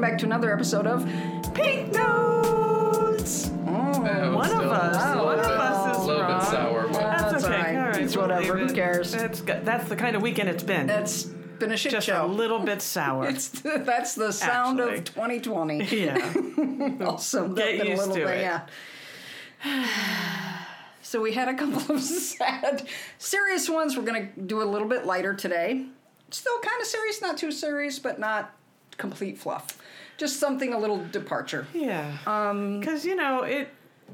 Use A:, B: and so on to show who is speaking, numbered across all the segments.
A: back to another episode of Pink Notes.
B: Oh,
C: one
B: still-
C: of us.
B: still a
C: one of
B: bit-
C: us is
B: A little
C: wrong.
B: bit sour, but
C: That's,
A: That's
C: okay.
A: all right.
C: All right.
A: It's
C: we'll
A: whatever.
C: leave
A: Who
C: it.
A: cares?
C: It's good. That's the kind of weekend it's been.
A: That's been a shit
C: just
A: show.
C: a little bit sour.
A: It's that's the sound
C: Actually.
A: of 2020.
C: yeah.
A: also,
C: Get
A: been a
C: used
A: little
C: to
A: bit,
C: it.
A: yeah. So we had a couple of sad, serious ones. We're going to do a little bit lighter today. Still kind of serious, not too serious, but not complete fluff. Just something a little departure.
C: Yeah. Um. Because you know it.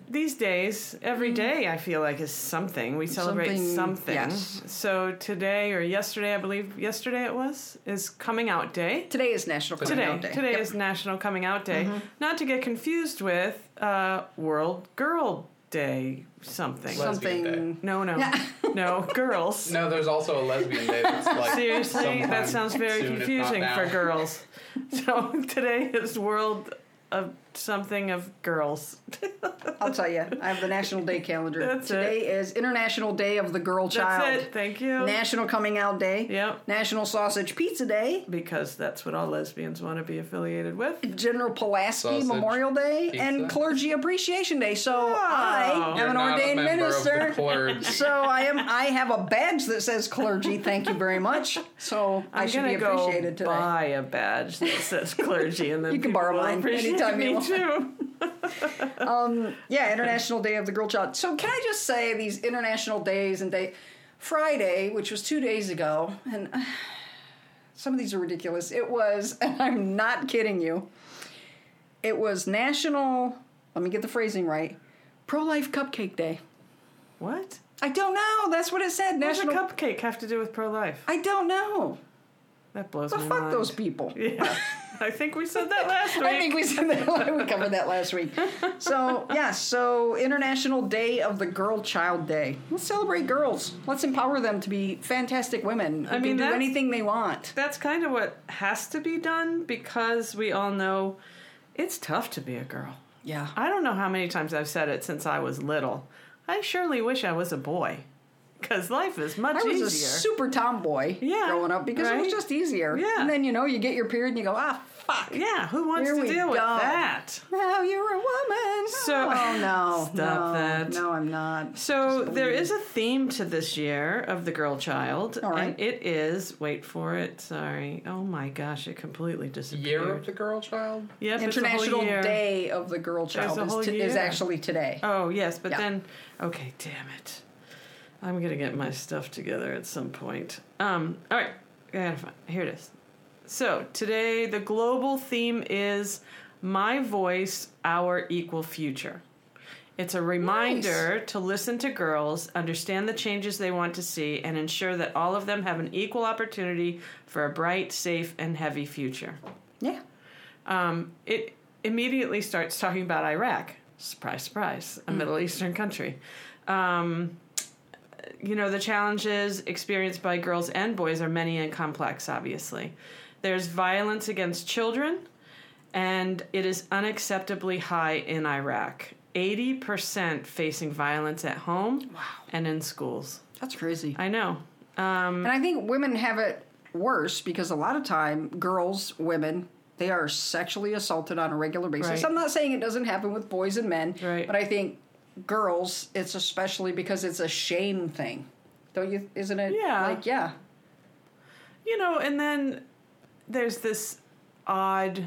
C: These days, every day I feel like is something. We celebrate
A: Mm. Something-
C: something.
A: yes.
C: So today or yesterday, I believe yesterday it was, is coming out day.
A: Today is National Coming
C: Today,
A: Out Day.
C: today
A: Yep. Mm-hmm.
C: is National Coming Out Day. Not to get confused with uh, World Girl Day something.
B: Lesbian
A: something.
B: Day.
C: No, no,
A: Yeah.
C: no, girls.
B: no, there's also a lesbian day. That's like
C: Seriously,
B: sometime
C: that sounds very
B: soon, if not
C: confusing
B: now.
C: for girls. So today is World of something of girls.
A: I'll tell you, I have the National Day calendar.
C: That's it.
A: today is International Day of the Girl Child.
C: That's it. Thank you.
A: National Coming Out Day.
C: Yep.
A: National Sausage Pizza Day.
C: because that's what all lesbians want to be affiliated with.
A: General Pulaski
B: Sausage
A: Memorial Day
B: Pizza.
A: and Clergy Appreciation Day. So I
C: You're
A: am an
B: Not a
A: ordained
B: member of the
A: minister.
B: clergy.
A: So I am. I have a badge that says clergy. Thank you very much. So i
C: I'm
A: should be
C: gonna go
A: appreciated today.
C: buy a badge that says clergy, and then
A: You can
C: people
A: borrow
C: will
A: mine
C: appreciate
A: anytime you
C: me
A: want.
C: too.
A: Um, Yeah, International Day of the Girl Child. So can I just say these international days and day Friday, which was two days ago, and uh, some of these are ridiculous. It was, and I'm not kidding you. It was National. Let me get the phrasing right. Pro Life Cupcake Day.
C: What?
A: I don't know. That's what it said.
C: What does a
A: National.
C: cupcake have to do with pro life?
A: I don't know.
C: That blows
A: But
C: my
A: fuck
C: mind.
A: those people.
C: Yeah, I think we said that last week.
A: I think we said that we covered that last week. So yeah, so International Day of the Girl Child Day. Let's celebrate girls. Let's empower them to be fantastic women. Who
C: I mean,
A: can do
C: that's-
A: anything they want.
C: That's kind of what has to be done because we all know it's tough to be a girl.
A: Yeah,
C: I don't know how many times I've said it since I was little. I surely wish I was a boy because life is much
A: I was
C: easier.
A: a super tomboy
C: Yeah,
A: growing up because it was
C: right?
A: just easier.
C: Yeah.
A: and then you know you get your period and you go ah fuck.
C: yeah, who wants
A: Here
C: to
A: we
C: deal with
A: go.
C: that?
A: Now you're a woman.
C: So-
A: oh no,
C: Stop
A: no,
C: that.
A: No, I'm not.
C: So
A: Just
C: there
A: believe.
C: is a theme to this year of the girl child,
A: All right.
C: and it is wait for it. Sorry, oh my gosh, it completely disappeared.
B: Year of the girl child.
C: Yep, it's a whole
A: International
C: year.
A: Day of the Girl Child
C: a
A: is,
C: whole
A: t- is
C: year.
A: actually today.
C: Oh yes, but
A: Yeah.
C: then okay, damn it. I'm gonna get my stuff together at some point. Um, all right, I gotta find. Here it is. So today the global theme is "My Voice, Our Equal Future." It's a reminder to listen to girls, understand the changes they want to see, and ensure that all of them have an equal opportunity for a bright, safe, and heavy future
A: Yeah.
C: um, it immediately starts talking about Iraq. Surprise, surprise, a Middle Eastern country. Um, you know, the challenges experienced by girls and boys are many and complex, obviously. There's violence against children, and it is unacceptably high in Iraq 80% facing violence at home and in schools.
A: That's crazy.
C: I know. Um,
A: And I think women have it worse because a lot of time girls, women, they are sexually assaulted on a regular basis.
C: Right.
A: I'm not saying it doesn't happen with boys and men,
C: Right.
A: but I think girls, it's especially because it's a shame thing. Don't you isn't it
C: Yeah.
A: like yeah.
C: you know, and then there's this odd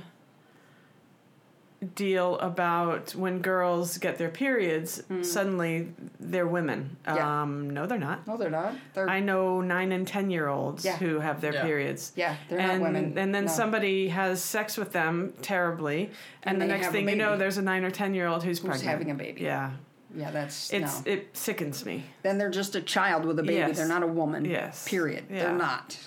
C: deal about when girls get their periods, suddenly they're women.
A: Hmm. Yeah.
C: Um, no, they're not.
A: No, they're not. They're
C: I know nine and ten year olds
A: Yeah.
C: who have their
B: Yeah.
C: periods.
A: Yeah, they're not
C: and,
A: women.
C: And then
A: No.
C: somebody has sex with them terribly, and,
A: And
C: the
A: they
C: next
A: have a
C: thing you know,
A: baby.
C: there's a nine or ten year old who's, pregnant.
A: having a baby.
C: Yeah,
A: yeah, that's
C: it's
A: no.
C: it sickens me.
A: then they're just a child with a baby.
C: Yes.
A: They're not a woman.
C: Yes.
A: Period.
C: Yeah.
A: They're not.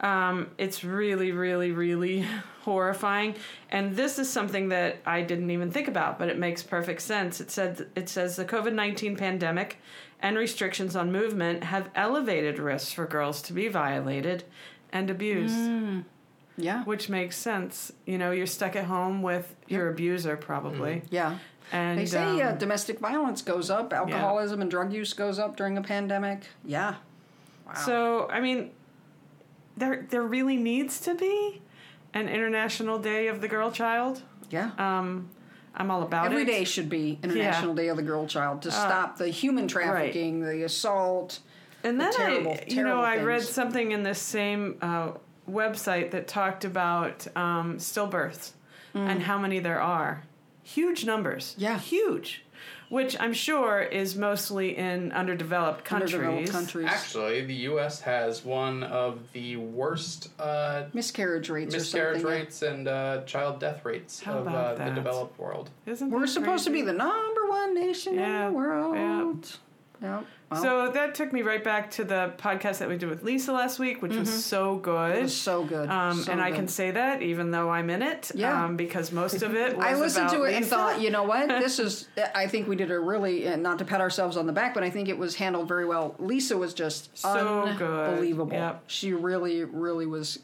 C: Um, it's really, really, really horrifying. And this is something that I didn't even think about, but it makes perfect sense. It said it says the COVID nineteen pandemic and restrictions on movement have elevated risks for girls to be violated and abused,
A: Mm. Yeah.
C: which makes sense. You know, you're stuck at home with your abuser probably,
A: Yeah.
C: and
A: They say uh,
C: um,
A: domestic violence goes up, alcoholism and drug use goes up during a pandemic. Yeah.
C: So I mean, there there really needs to be an International Day of the Girl Child.
A: Yeah.
C: Um, I'm all about
A: Every
C: it. Uh,
A: day should be International Day of the Girl Child to stop the human trafficking, the assault.
C: And then
A: terrible,
C: I, you know,
A: terrible
C: I read
A: things.
C: something in this same uh, website that talked about um, stillbirths and how many there are. Huge numbers.
A: Mm. Yeah.
C: Huge. Which I'm sure is mostly in underdeveloped countries.
A: Underdeveloped countries.
B: Actually, the U.S. has one of the worst uh,
A: miscarriage rates or
B: miscarriage
A: something.
B: rates and uh, child death rates
C: How
B: of
C: about
B: uh, the
C: that?
B: developed world.
C: Isn't
A: We're
C: that
A: supposed to
C: crazy?
A: be the number one nation
C: Yeah,
A: in the world. Yeah. Well,
C: So that took me right back to the podcast that we did with Lisa last week, which was so good.
A: Mm-hmm. it was so good.
C: um,
A: so
C: and I
A: good.
C: can say that even though I'm in it,
A: Yeah.
C: um, because most of it was
A: I listened
C: about
A: to it and
C: Lisa.
A: thought, you know what? This is. I think we did a really and not to pat ourselves on the back, but I think it was handled very well. Lisa was just
C: So good.
A: unbelievable.
C: Yep.
A: She really, really was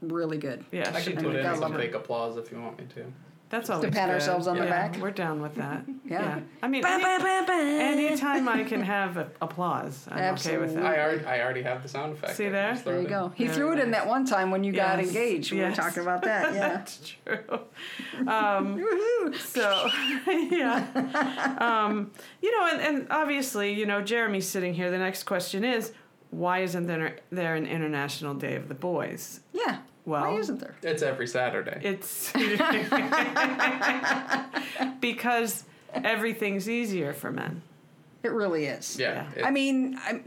A: really good.
C: yeah,
B: I
C: she
B: can
C: did.
B: put
A: I
B: in
A: love
B: some
A: it.
B: fake applause if you want me to.
C: That's always
A: pat
C: good.
A: ourselves on the
C: Yeah,
A: back.
C: We're down with that.
A: Yeah.
C: I mean, any, anytime I can have a- applause, I'm okay with
A: Absolutely.
C: that.
B: I already, I already have the sound effect.
C: See
B: I can
C: there?
B: just
A: There
B: throw
A: you
B: it in.
A: go. He
C: Very
A: threw it in
C: nice.
A: that one time when you got
C: Yes.
A: engaged. We
C: Yes.
A: were talking about that. Yeah.
C: That's true. Um,
A: Woohoo.
C: so, yeah. Um, you know, and, and obviously, you know, Jeremy's sitting here. The next question is why isn't there, there an International Day of the Boys?
A: Yeah.
C: Well,
A: Why isn't there?
B: It's every Saturday.
C: It's because everything's easier for men.
B: Oh,
A: It really is.
B: yeah.
C: yeah.
B: it-
A: I mean, i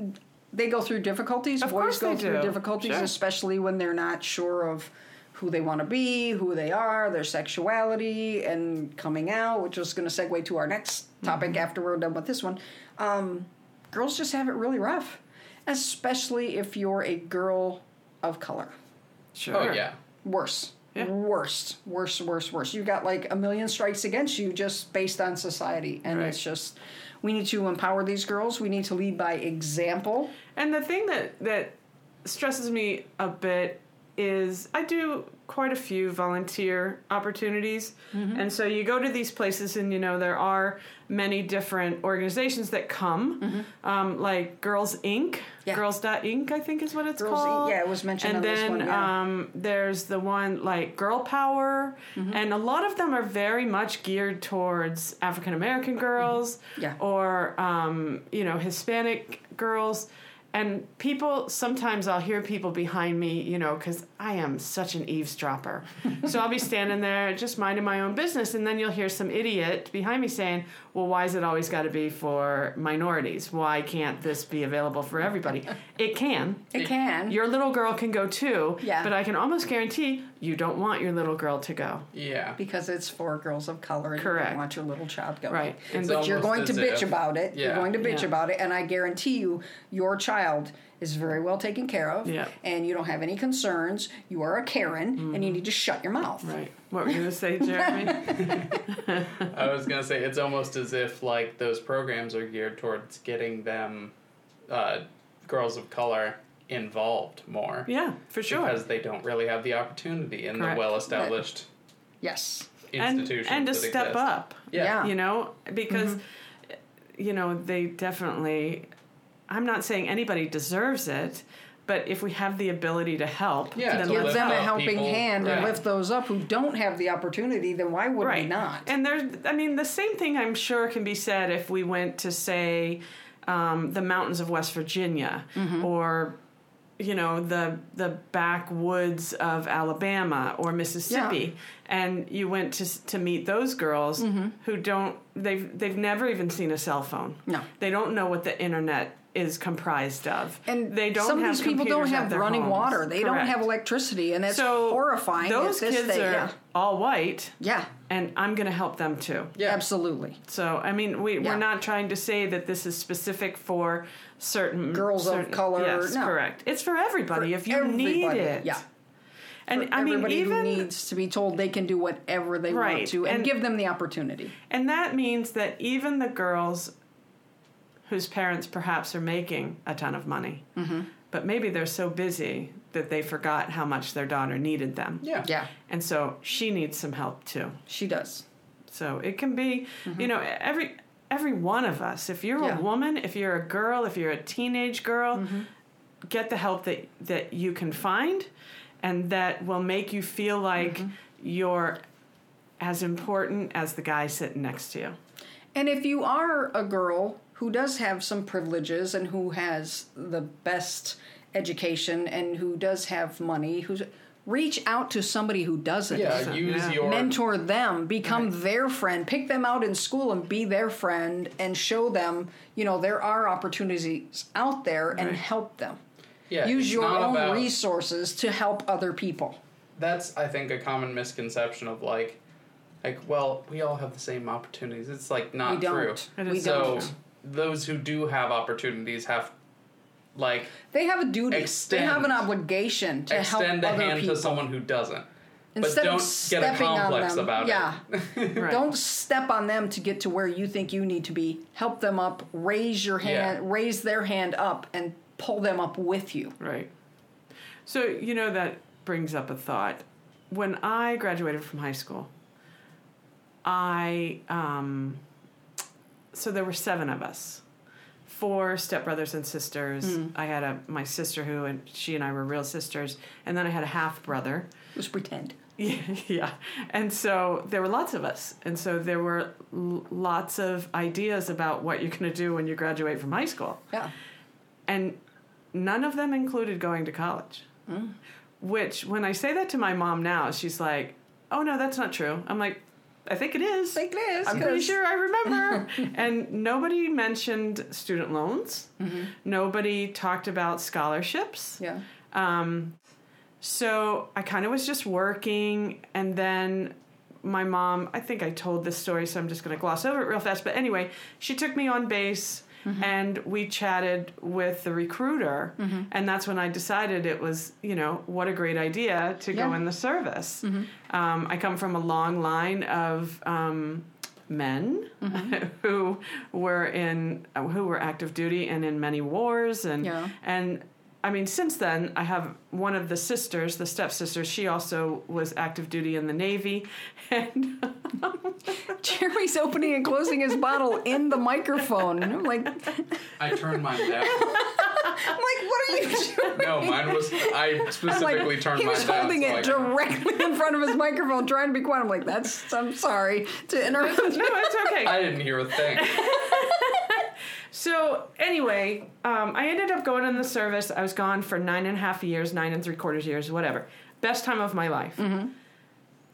A: they go through difficulties.
C: Of
A: Boys
C: course
A: go
C: they
A: through
C: do.
A: difficulties,
C: Sure.
A: especially when they're not sure of who they want to be, who they are, their sexuality, and coming out, which is going to segue to our next topic
C: Mm-hmm.
A: after we're done with this one. Um, girls just have it really rough, especially if you're a girl of color.
C: Sure.
B: oh, yeah.
A: Worse.
C: Yeah.
A: Worse, worse, worse, worse. You've got like a million strikes against you just based on society. And
C: Right.
A: it's just, we need to empower these girls. We need to lead by example.
C: And the thing that that stresses me a bit is I do quite a few volunteer opportunities.
A: Mm-hmm.
C: And so you go to these places and you know there are many different organizations that come um, like Girls Inc.
A: Mm-hmm. Yeah.
C: Girls.inc I think is what it's
A: Girls Inc.
C: called.
A: Yeah, it was
C: And
A: mentioned on this
C: then
A: one, yeah.
C: um, there's the one like Girl Power
A: Mm-hmm.
C: and a lot of them are very much geared towards African American girls
A: Yeah.
C: or um, you know Hispanic girls. And people sometimes I'll hear people behind me, you know, because I am such an eavesdropper. so I'll be standing there just minding my own business, and then you'll hear some idiot behind me saying, "Well, why is it always got to be for minorities? Why can't this be available for everybody?" it can.
A: It can.
C: Your little girl can go too.
A: Yeah.
C: But I can almost guarantee you don't want your little girl to go.
B: Yeah.
A: because it's for girls of color and you
C: Correct.
A: don't want your little child going.
C: Right.
B: It's
C: And
B: almost
A: You're going to
B: as
A: bitch
B: if-
A: about it. You're
B: Yeah.
A: going to bitch
C: Yeah.
A: about it, and I guarantee you, your child is very well taken care of,
C: Yeah.
A: and you don't have any concerns. You are a Karen, and you need to shut your mouth.
C: Mm-hmm. right. What were you gonna say, Jeremy?
B: I was gonna say it's almost as if like those programs are geared towards getting them, uh, girls of color involved more.
C: yeah, for sure.
B: Because they don't really have the opportunity in
C: Correct.
B: the well-established
A: Yes.
C: and,
B: institutions
C: and to
B: that
C: step
B: exist.
C: up
B: Yeah.
A: Yeah. Mm-hmm.
C: you know because you know they definitely i'm not saying anybody deserves it but if we have the ability to help
B: Yeah,
C: then
B: to
C: let's
A: Give
B: lift
A: them a
B: up
A: helping
B: people.
A: hand and
B: Yeah.
A: lift those up who don't have the opportunity. Then why would we not?
C: And there's, I mean, the same thing I'm sure can be said if we went to say um, the mountains of West Virginia
A: Mm-hmm.
C: or you know the the backwoods of Alabama or Mississippi, and you went to s- to meet those girls
A: Mm-hmm.
C: who don't they've they've never even seen a cell phone.
A: No.
C: they don't know what the internet is comprised of,
A: and
C: they don't.
A: some of
C: have
A: these people don't
C: computers at
A: have
C: their
A: running
C: homes.
A: water. They don't
C: Correct.
A: have electricity, and that's
C: So
A: horrifying. if
C: Those
A: this
C: kids
A: thing-
C: are
A: yeah.
C: all white,
A: yeah,
C: and I'm going to help them too.
B: Yeah.
A: absolutely.
C: So I mean, we
A: Yeah.
C: we're not trying to say that this is specific for certain
A: Girls of
C: certain-
A: color,
C: Yes,
A: no.
C: correct. It's for everybody if you need
A: everybody,
C: it.
A: yeah.
C: and I mean
A: Everybody who
C: even
A: needs to be told they can do whatever they want
C: Right,
A: to, and,
C: and-
A: give them the opportunity.
C: and that means that even the girls whose parents perhaps are making a ton of money,
A: Mm-hmm.
C: but maybe they're so busy that they forgot how much their daughter needed them.
B: Yeah.
A: Yeah,
C: And so she needs some help too.
A: she does.
C: So it can be, you know, e-, every every one of us. If you're
A: Mm-hmm. Yeah. Mm-hmm.
C: a woman, if you're a girl, if you're a teenage girl, get the help that that you can find. and that will make you feel like
A: Mm-hmm.
C: you're as important as the guy sitting next to you.
A: And if you are a girl who does have some privileges and who has the best education and who does have money, who's reach out to somebody who doesn't.
B: Yeah, use
C: yeah.
B: your
A: Mentor them, become their friend, pick them out in school and be their friend and show them, you know, there are opportunities out there and
C: Right.
A: help them.
B: Yeah,
A: Use
B: it's
A: your
B: not
A: own
B: about-
A: resources to help other people.
B: That's I think a common misconception of like, like well, we all have the same opportunities. It's like not
A: we don't.
B: true.
C: It
A: We
C: is
B: so
A: don't.
B: those who do have opportunities have like
A: They have a duty. they have
B: Extend.
A: an obligation to
B: extend a
A: help other
B: hand
A: people.
B: to someone who doesn't.
A: Instead
B: but
A: of
B: don't get a
A: stepping on
B: complex
A: them,
B: about
A: yeah.
B: it.
C: Right.
A: Don't step on them to get to where you think you need to be. Help them up. Raise your hand.
B: Yeah.
A: Raise their hand up and pull them up with you.
C: Right. So, you know, that brings up a thought. When I graduated from high school, I, um, so there were seven of us four stepbrothers and sisters. I had a, my sister who, and she and I were real sisters. And then I had a half brother.
A: Just pretend.
C: Yeah, yeah. And so there were lots of us. And so there were l- lots of ideas about what you're going to do when you graduate from high school
A: Yeah.
C: and none of them included going to college. Which, when I say that to my mom now, she's like, "Oh no, that's not true." I'm like, "I think it is.
A: Like this.
C: I'm pretty sure I remember." and nobody mentioned student loans. Nobody talked about scholarships.
A: Yeah.
C: Um, so I kind of was just working, and then my mom, I think I told this story, so I'm just going to gloss over it real fast. But anyway, she took me on base. And we chatted with the recruiter, and that's when I decided it was, you know, what a great idea to go
A: Yeah.
C: in the service. Um, I come from a long line of um, men who were in who were active duty and in many wars, and
A: Yeah.
C: and I mean, since then, I have one of the sisters, the stepsister, she also was active duty in the Navy. And
A: Jerry's opening and closing his bottle in the microphone. And I'm like, I'm like,
B: I turned mine down.
A: what are you doing?
B: No, mine was. I
A: I'm
B: specifically
A: like,
B: turned
A: he
B: mine
A: was
B: down.
A: holding
B: so
A: it
B: I-
A: directly in front of his microphone, trying to be quiet. I'm like, that's. I'm sorry to interrupt.
C: no, it's okay.
B: I didn't hear a thing.
C: So anyway, um, I ended up going in the service. I was gone for nine and a half years, nine and three quarters years, whatever. Best time of my life.
A: Mm-hmm.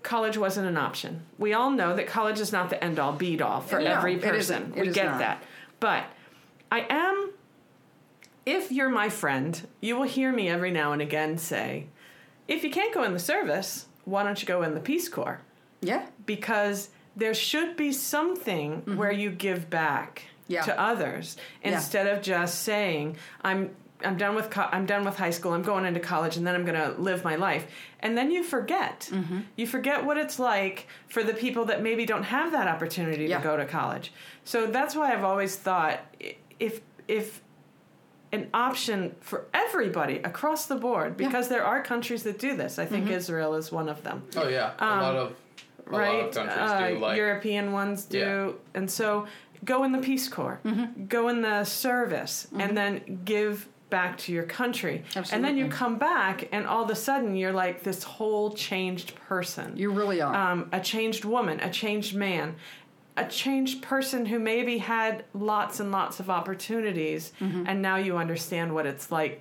C: College wasn't an option. We all know that college is not the end all be all for
A: No,
C: every
A: it
C: person.
A: isn't. It
C: we
A: is
C: get
A: not.
C: that. But I am, if you're my friend, you will hear me every now and again say, if you can't go in the service, why don't you go in the Peace Corps?
A: Yeah.
C: because there should be something where you give back
A: Mm-hmm. Yeah.
C: to others
A: Yeah.
C: instead of just saying I'm I'm done with co- I'm done with high school. I'm going into college and then I'm going to live my life. And then you forget.
A: Mm-hmm.
C: You forget what it's like for the people that maybe don't have that opportunity
A: Yeah.
C: to go to college. So that's why I've always thought i- if if an option for everybody across the board because there are countries that do this. I think
A: Mm-hmm.
C: Israel is one of them
B: Oh yeah,
A: Um,
B: a lot of a lot of
C: right?
B: countries do
C: Uh,
B: like
C: European ones do, and so go in the Peace Corps,
A: Mm-hmm.
C: go in the service, and then give back to your country, and then you come back, and all of a sudden you're like this whole changed person
A: You really are.
C: um, a changed woman, a changed man, a changed person who maybe had lots and lots of opportunities, and now you understand what it's like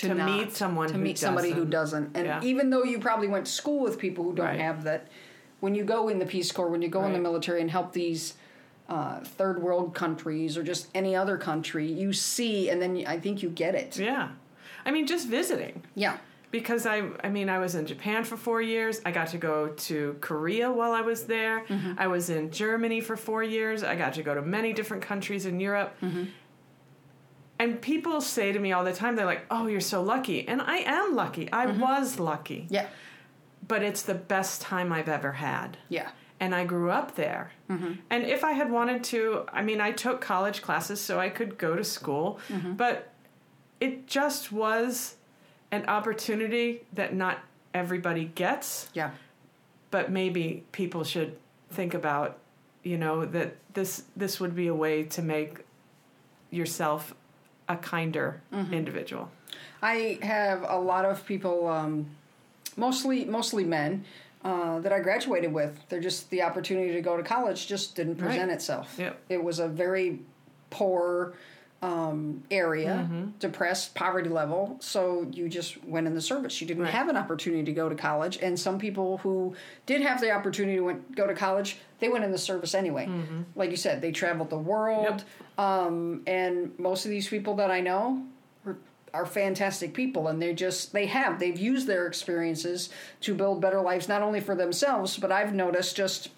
C: to,
A: not-
C: meet someone
A: Mm-hmm. to
C: who
A: meet somebody who doesn't and
C: Yeah.
A: even though you probably went to school with people who don't
C: Right.
A: have that when you go in the peace corps when you go in the
C: Right.
A: military and help these uh, third world countries or just any other country you see and then you, i think you get it
C: Yeah, I mean just visiting.
A: yeah
C: because I I mean I was in Japan for 4 years. I got to go to Korea while I was there. I was in Germany for 4 years. I got to go to many different countries in Europe. And people say to me all the time they're like, "Oh, you're so lucky." And I am lucky. I was lucky.
A: yeah
C: But it's the best time I've ever had.
A: yeah
C: And I grew up there.
A: Mm-hmm.
C: And if I had wanted to, I mean, I took college classes so I could go to school,
A: Mm-hmm.
C: but it just was an opportunity that not everybody gets,
A: yeah
C: but maybe people should think about, you know, that this this would be a way to make yourself
A: Mm-hmm.
C: a kinder individual.
A: I have a lot of people um, mostly mostly men uh, that I graduated with. They're just the opportunity to go to college just didn't present
C: Right.
A: itself.
C: Yep.
A: It was a very poor um, area,
C: Mm-hmm.
A: depressed poverty level. So you just went in the service. You didn't
C: Right.
A: have an opportunity to go to college. And some people who did have the opportunity to went, go to college, they went in the service anyway.
C: Mm-hmm.
A: Like you said, they traveled the world. Um, and most of these people that I know are, are fantastic people, and they just they have they've used their experiences to build better lives, not only for themselves, but I've noticed just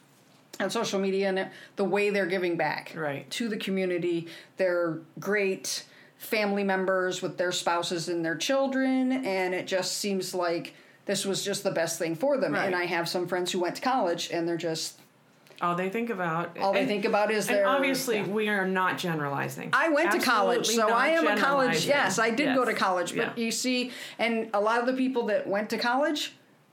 A: on social media and the way they're giving back
C: Right.
A: to the community. They're great family members with their spouses and their children, and it just seems like this was just the best thing for them. And
C: Right.
A: I have some friends who went to college, and they're just
C: All they think about.
A: all they
C: and-
A: think about is
C: And
A: their
C: obviously,
A: yeah.
C: we are not generalizing.
A: I went to college,
C: Absolutely
A: so
C: not
A: I am a college.
C: generalizing.
A: Yes, I did go
C: Yes.
A: to college, but
C: Yeah.
A: you see, and a lot of the people that went to college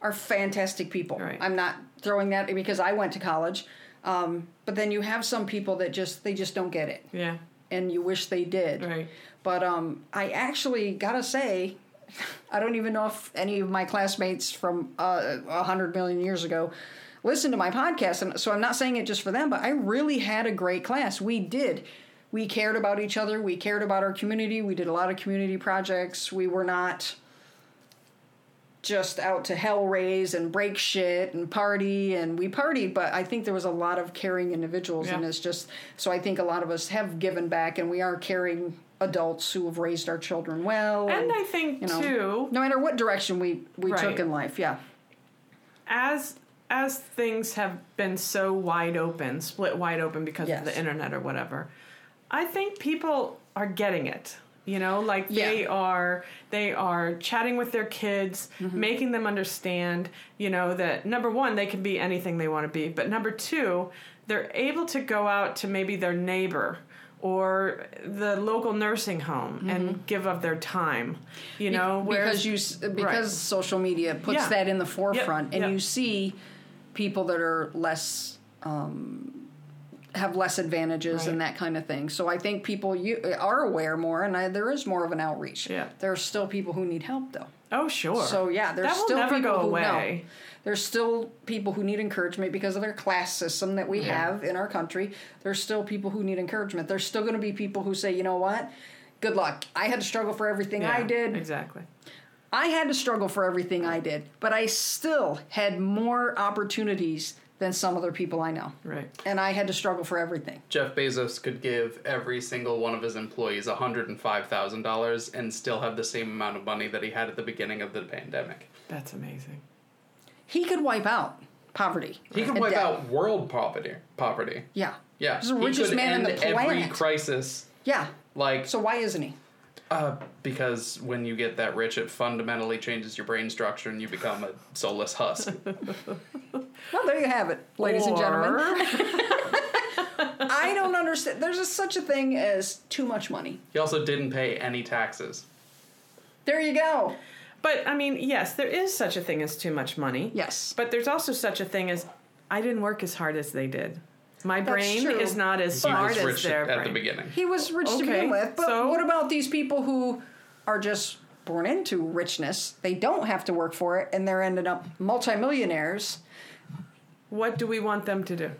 A: are fantastic people.
C: Right.
A: I'm not throwing that because I went to college, um, but then you have some people that just they just don't get it,
C: yeah,
A: and you wish they did.
C: right.
A: But um, I actually gotta say, I don't even know if any of my classmates from uh, a hundred million years ago listen to my podcast, and so I'm not saying it just for them. But I really had a great class. We did. We cared about each other. We cared about our community. We did a lot of community projects. We were not just out to hell raise and break shit and party and we partied but i think there was a lot of caring individuals and
C: Yeah.
A: it's just so i think a lot of us have given back and we are caring adults who have raised our children well
C: And I think
A: you know,
C: too,
A: no matter what direction we we took
C: Right.
A: in life yeah
C: as as things have been so wide open, split wide open because
A: Yes.
C: of the internet or whatever, I think people are getting it. You know, like they
A: Yeah.
C: are they are chatting with their kids,
A: Mm-hmm.
C: making them understand, you know, that number 1 they can be anything they want to be, but number 2, they're able to go out to maybe their neighbor or the local nursing home and give of their time, you know, whereas-
A: Mm-hmm. because you s- because social media puts
C: Yeah.
A: that in the forefront and
C: yep.
A: you see people that are less um, have less advantages and
C: Right.
A: that kind of thing so i think people you are aware more and I, there is more of an outreach
C: Yeah.
A: there are still people who need help though
C: Oh, sure.
A: so yeah there's
C: that will
A: still
C: never
A: people
C: go
A: who
C: away.
A: know there's still people who need encouragement because of our class system that we have in our country there's still people who need encouragement there's still going to be people who say you know what good luck i had to struggle for everything i
C: Yeah,
A: did
C: exactly.
A: I had to struggle for everything I did, but I still had more opportunities than some other people I know.
C: Right.
A: And I had to struggle for everything.
B: Jeff Bezos could give every single one of his employees $105,000 and still have the same amount of money that he had at the beginning of the pandemic.
C: That's amazing.
A: He could wipe out poverty.
B: He could
A: and
B: wipe
A: debt.
B: out world poverty. Poverty.
A: Yeah.
B: Yeah.
A: He's the
B: He
A: richest
B: could
A: man on
B: end
A: the
B: every
A: planet.
B: crisis.
A: yeah.
B: Like,
A: So why isn't he?
B: uh, because when you get that rich, it fundamentally changes your brain structure and you become a soulless husk.
A: Well, there you have it, ladies and gentlemen.
C: Or-
A: I don't understand. There's a, such a thing as too much money.
B: he also didn't pay any taxes.
A: There you go.
C: But I mean, yes, there is such a thing as too much money.
A: Yes.
C: But there's also such a thing as I didn't work as hard as they did. My brain
A: true.
C: is not as
B: He
C: smart
B: was
C: as
B: rich
C: their
B: at the
C: brain.
B: beginning.
A: He was rich to
C: Okay,
A: begin with, but
C: so-
A: what about these people who are just born into richness? They don't have to work for it, and they're ending up multimillionaires.
C: What do we want them to do?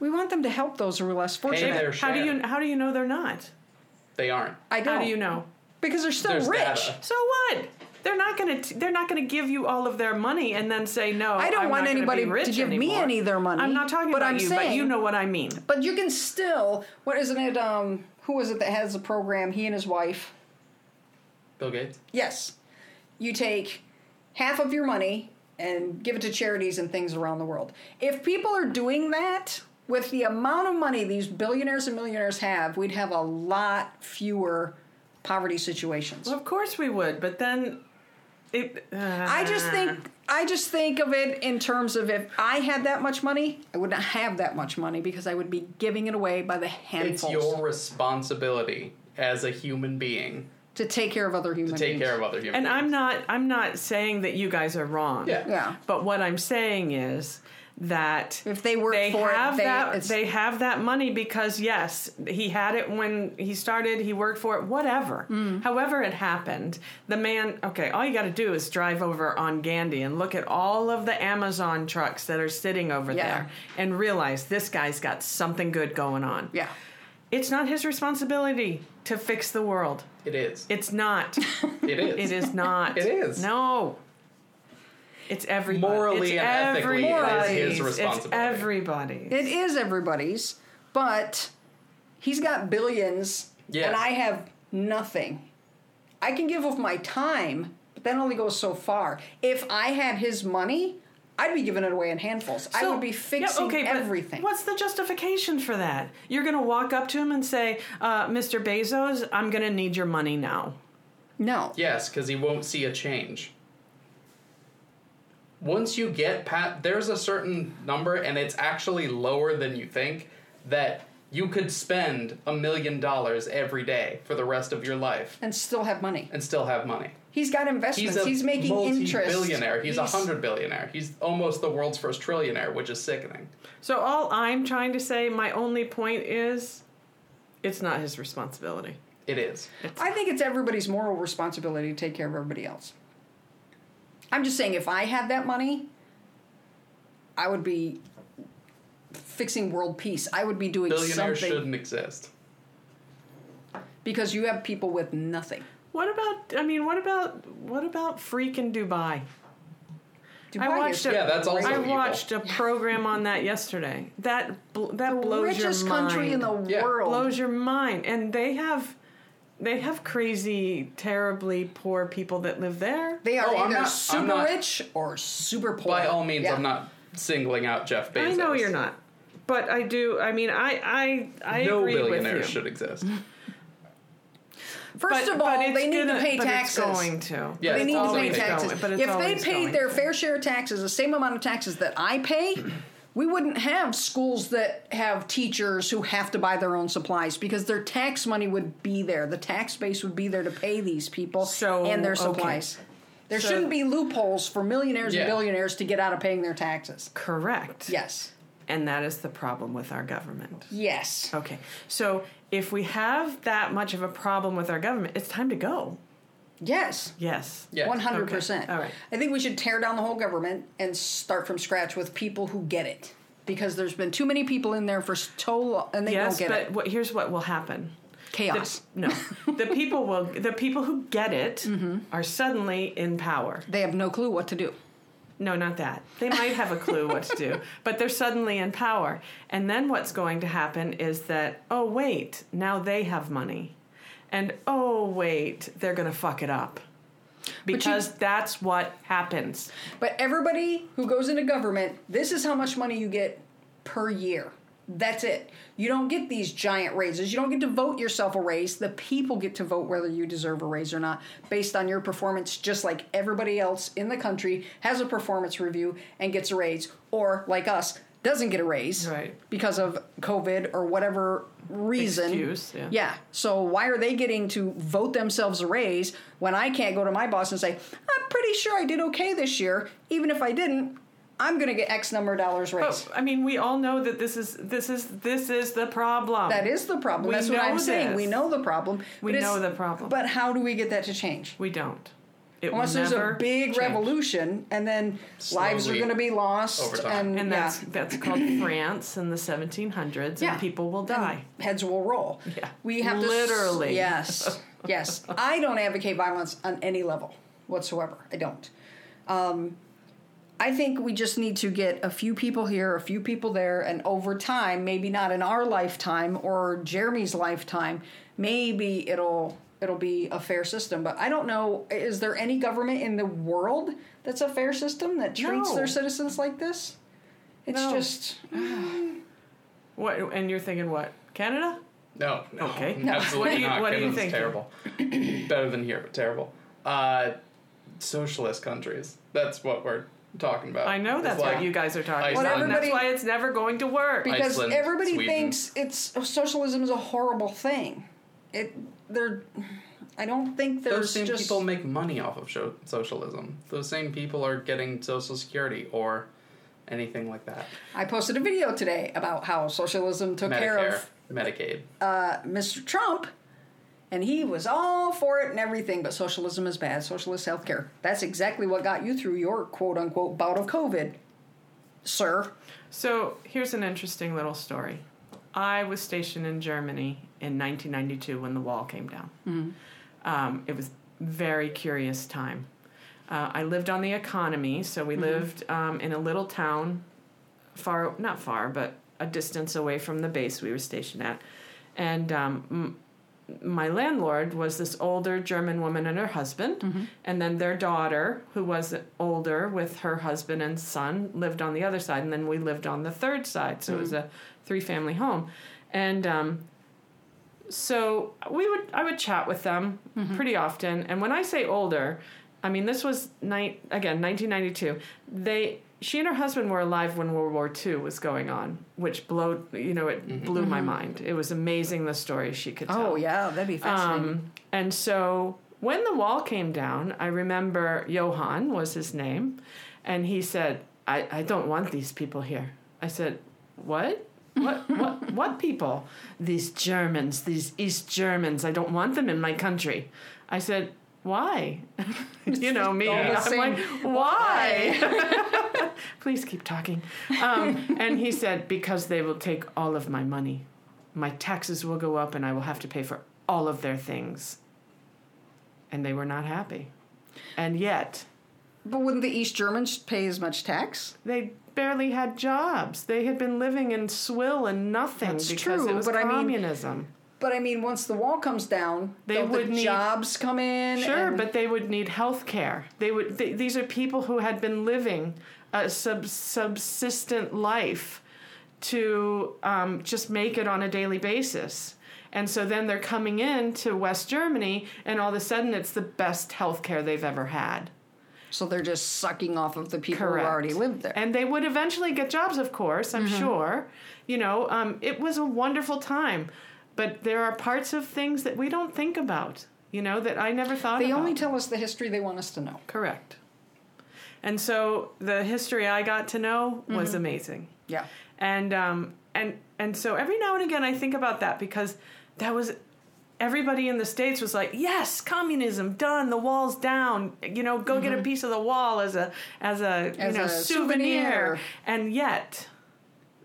A: We want them to help those who are less fortunate.
B: there. Their
C: How do
B: share.
C: you how do you know they're not?
B: They aren't.
A: I don't.
C: How do you know?
A: Because they're still
B: There's
A: rich.
B: data.
C: So what? They're not gonna t- they're not gonna give you all of their money and then say no.
A: I don't
C: I'm
A: want
C: not gonna
A: anybody
C: be
A: to
C: rich
A: give me
C: anymore."
A: any of their money,
C: I'm not talking
A: but
C: about
A: I'm
C: you, but
A: saying-
C: you know what I mean.
A: But you can still. What isn't it? Um, who was it that has the program? He and his wife.
B: Bill Gates?
A: Yes, you take half of your money and give it to charities and things around the world. If people are doing that with the amount of money these billionaires and millionaires have, we'd have a lot fewer poverty situations.
C: Of course we would, but then it. Uh,
A: I just think I just think of it in terms of if I had that much money, I would not have that much money because I would be giving it away by the
B: It's
A: handfuls
B: your responsibility as a human being
A: to take care of other human
B: to take
A: beings.
B: care of other human
C: and
B: beings.
C: I'm not. I'm not saying that you guys are wrong.
B: Yeah.
A: yeah.
C: But what I'm saying is that
A: If they work
C: they
A: for it,
C: have
A: they-
C: that
A: it's-
C: they have that money because yes he had it when he started he worked for it whatever
A: Hmm.
C: however it happened the man okay all you got to do is drive over on gandhi and look at all of the amazon trucks that are sitting over
A: Yeah.
C: there and realize this guy's got something good going on
A: Yeah.
C: it's not his responsibility to fix the world
B: It is.
C: it's not
B: It is.
C: it is not
B: It is.
C: no it's everybody.
B: Morally
C: it's
B: and ethically, it is
C: everybody's.
B: his
C: It's
B: responsibility.
C: everybody's.
A: It is everybody's, but he's got billions
B: Yeah.
A: and I have nothing. I can give of my time, but that only goes so far. If I had his money, I'd be giving it away in handfuls. I
C: So-
A: would be
C: yeah,
A: fixing
C: okay, but
A: everything.
C: What's the justification for that? You're going to walk up to him and say, uh, "Mr. Bezos, I'm going to need your money now."
A: No.
B: Yes, because he won't see a change. Once you get pat, there's a certain number, and it's actually lower than you think, that you could spend a million dollars every day for the rest of your life
A: And still have money.
B: and still have money.
A: He's got investments.
B: He's
A: He's,
B: a
A: making interest.
B: multi-billionaire. He's, a hundred billionaire. He's almost the world's first trillionaire, which is sickening.
C: So all I'm trying to say, my only point is, it's not his responsibility.
B: It is.
A: I think it's everybody's moral responsibility to take care of everybody else. I'm just saying, if I had that money, I would be fixing world peace. I would be doing
B: Billionaires
A: something
B: shouldn't exist.
A: because you have people with nothing.
C: What about? I mean, what about? What about freaking Dubai?
A: Dubai
C: I watched
A: is
C: it.
B: Yeah, that's also
C: I
B: evil.
C: watched a program on that yesterday. That bl- that
A: the
C: blows
A: richest
C: your mind.
A: country in the
B: Yeah.
A: world.
C: blows your mind and they have they have crazy terribly poor people that live there
A: they are
B: Oh, I'm
A: either
B: not- I'm
A: super
B: not-
A: rich or super poor.
B: By all means,
A: Yeah.
B: I'm not singling out Jeff Bezos.
C: i know you're not but i do i mean i i i
B: No
C: agree with
B: billionaires
C: you
B: should exist.
A: First
C: But-
A: of all,
C: but it's
A: they need
C: gonna-
A: to pay
C: but
A: taxes.
C: it's going to
B: Yeah,
A: they
B: it's
A: need to
B: always
A: pay
C: going,
A: taxes.
C: but it's
A: if they
C: always
A: paid
C: going
A: their
C: to.
A: fair share of taxes, the same amount of taxes that I pay, we wouldn't have schools that have teachers who have to buy their own supplies because their tax money would be there. The tax base would be there to pay these people
C: So,
A: and their
C: okay.
A: supplies. There
C: So-
A: shouldn't be loopholes for millionaires
B: Yeah.
A: and billionaires to get out of paying their taxes.
C: correct
A: Yes.
C: and that is the problem with our government
A: Yes.
C: okay so if we have that much of a problem with our government it's time to go
A: Yes.
C: yes
B: Yes.
A: One hundred percent.
C: okay. All right.
A: I think we should tear down the whole government and start from scratch with people who get it, because there's been too many people in there for so long, and they
C: yes
A: don't get
C: but
A: it.
C: what, here's what will happen
A: Chaos.
C: no the people will the people who get it
A: Mm-hmm.
C: are suddenly in power
A: they have no clue what to do.
C: No, not that. They might have a clue what to do, but they're suddenly in power. And then what's going to happen is that, oh, wait, now they have money. And oh, wait, they're going to fuck it up. Because that's what happens.
A: But everybody who goes into government, this is how much money you get per year. That's it. You don't get these giant raises. You don't get to vote yourself a raise. The people get to vote whether you deserve a raise or not based on your performance, just like everybody else in the country has a performance review and gets a raise, or like us, doesn't get a raise
C: Right.
A: because of COVID or whatever reason.
C: Excuse, yeah.
A: yeah. So why are they getting to vote themselves a raise when I can't go to my boss and say, I'm pretty sure I did okay this year, even if I didn't, I'm going to get X number of dollars raise.
C: But I mean, we all know that this is this is this is the problem.
A: that is the problem.
C: We
A: That's what
C: know
A: I'm saying.
C: this.
A: We know the problem.
C: We
A: but it's-
C: know the problem.
A: But how do we get that to change?
C: we don't. It
A: Unless
C: will
A: there's a
C: never
A: big
C: change.
A: revolution and then lives are
B: Slowly
A: going to be lost
B: over time.
A: and,
C: and
A: yeah,
C: that's that's called France in the 1700s,
A: Yeah.
C: and people will die.
A: heads will roll.
C: Yeah.
A: We have
C: Literally.
A: To, yes. yes. I don't advocate violence on any level whatsoever. I don't. Um, I think we just need to get a few people here, a few people there, and over time, maybe not in our lifetime or Jeremy's lifetime, maybe it'll it'll be a fair system. But I don't know. Is there any government in the world that's a fair system that treats
C: No.
A: their citizens like this? It's
C: No.
A: just
C: What? And you're thinking what? Canada?
B: No, no,
C: Okay. No.
B: absolutely
C: What do you-
B: not.
C: what do you
B: Canada's
C: think?
B: terrible. Better than here, but terrible. Uh, socialist countries. That's what we're talking about.
C: I know
B: It's
C: that's
B: like-
C: what you guys are talking
B: Well,
C: about. and That's
A: everybody-
C: why it's never going to work.
A: because
B: Iceland,
A: everybody
B: Sweden.
A: thinks it's oh, socialism is a horrible thing. It they're I don't think there's
B: Those same
A: just
B: people make money off of sho- socialism. Those same people are getting social security or anything like that.
A: I posted a video today about how socialism took care
B: Medicare,
A: of
B: Medicaid.
A: uh, Mr. Trump, and he was all for it and everything, but socialism is bad, socialist healthcare. That's exactly what got you through your quote unquote bout of COVID, sir.
C: So here's an interesting little story. I was stationed in Germany in 1992 when the wall came down. Um, it was very curious time. Uh, I lived on the economy, so we lived um, in a little town, far not far, but a distance away from the base we were stationed at, and um, m- my landlord was this older German woman and her husband,
A: Mm-hmm.
C: and then their daughter, who was older with her husband and son, lived on the other side, and then we lived on the third side. So it
A: Mm.
C: was a three family home, and um, so we would I would chat with them
A: Mm-hmm.
C: pretty often, and when I say older, I mean this was night again 1992. They she and her husband were alive when World War II was going on, which blew you know it blew my mind. It was amazing the stories she could tell.
A: Mm-hmm. Oh, yeah, that'd be fascinating.
C: Um, and so when the wall came down, I remember Johann was his name, and he said, I, I don't want these people here. I said, What? What, what, what people? These Germans, these East Germans, I don't want them in my country. I said, Why? you know me.
A: All the
C: I'm
A: same,
C: like, Why? Please keep talking. Um, and he said, Because they will take all of my money my taxes will go up and I will have to pay for all of their things. And they were not happy. And yet,
A: but wouldn't the East Germans pay as much tax?
C: they barely had jobs. They had been living in swill and nothing
A: That's
C: because
A: true,
C: it was
A: but I mean-
C: communism.
A: But I mean, once the wall comes down,
C: They
A: don't
C: would
A: the
C: need-
A: jobs come in.
C: Sure,
A: and-
C: but they would need health care. They would. Th- these are people who had been living a sub- subsistent life to um, just make it on a daily basis. And so then they're coming in to West Germany, and all of a sudden it's the best health care they've ever had.
A: so they're just sucking off of the people
C: Correct.
A: who already lived there. Mm-hmm.
C: And they would eventually get jobs, of course, I'm sure. You know, um, it was a wonderful time. But there are parts of things that we don't think about, you know, that I never thought
A: they
C: about.
A: only tell us the history they want us to know.
C: Correct. And so the history I got to know
A: Mm-hmm.
C: was amazing.
A: Yeah.
C: And um and and so every now and again I think about that because that was everybody in the states was like, "Yes, communism done, the wall's down. You know, go get a piece of the wall as a as a,
A: Mm-hmm. As
C: you know,
A: a
C: souvenir.
A: souvenir.
C: And yet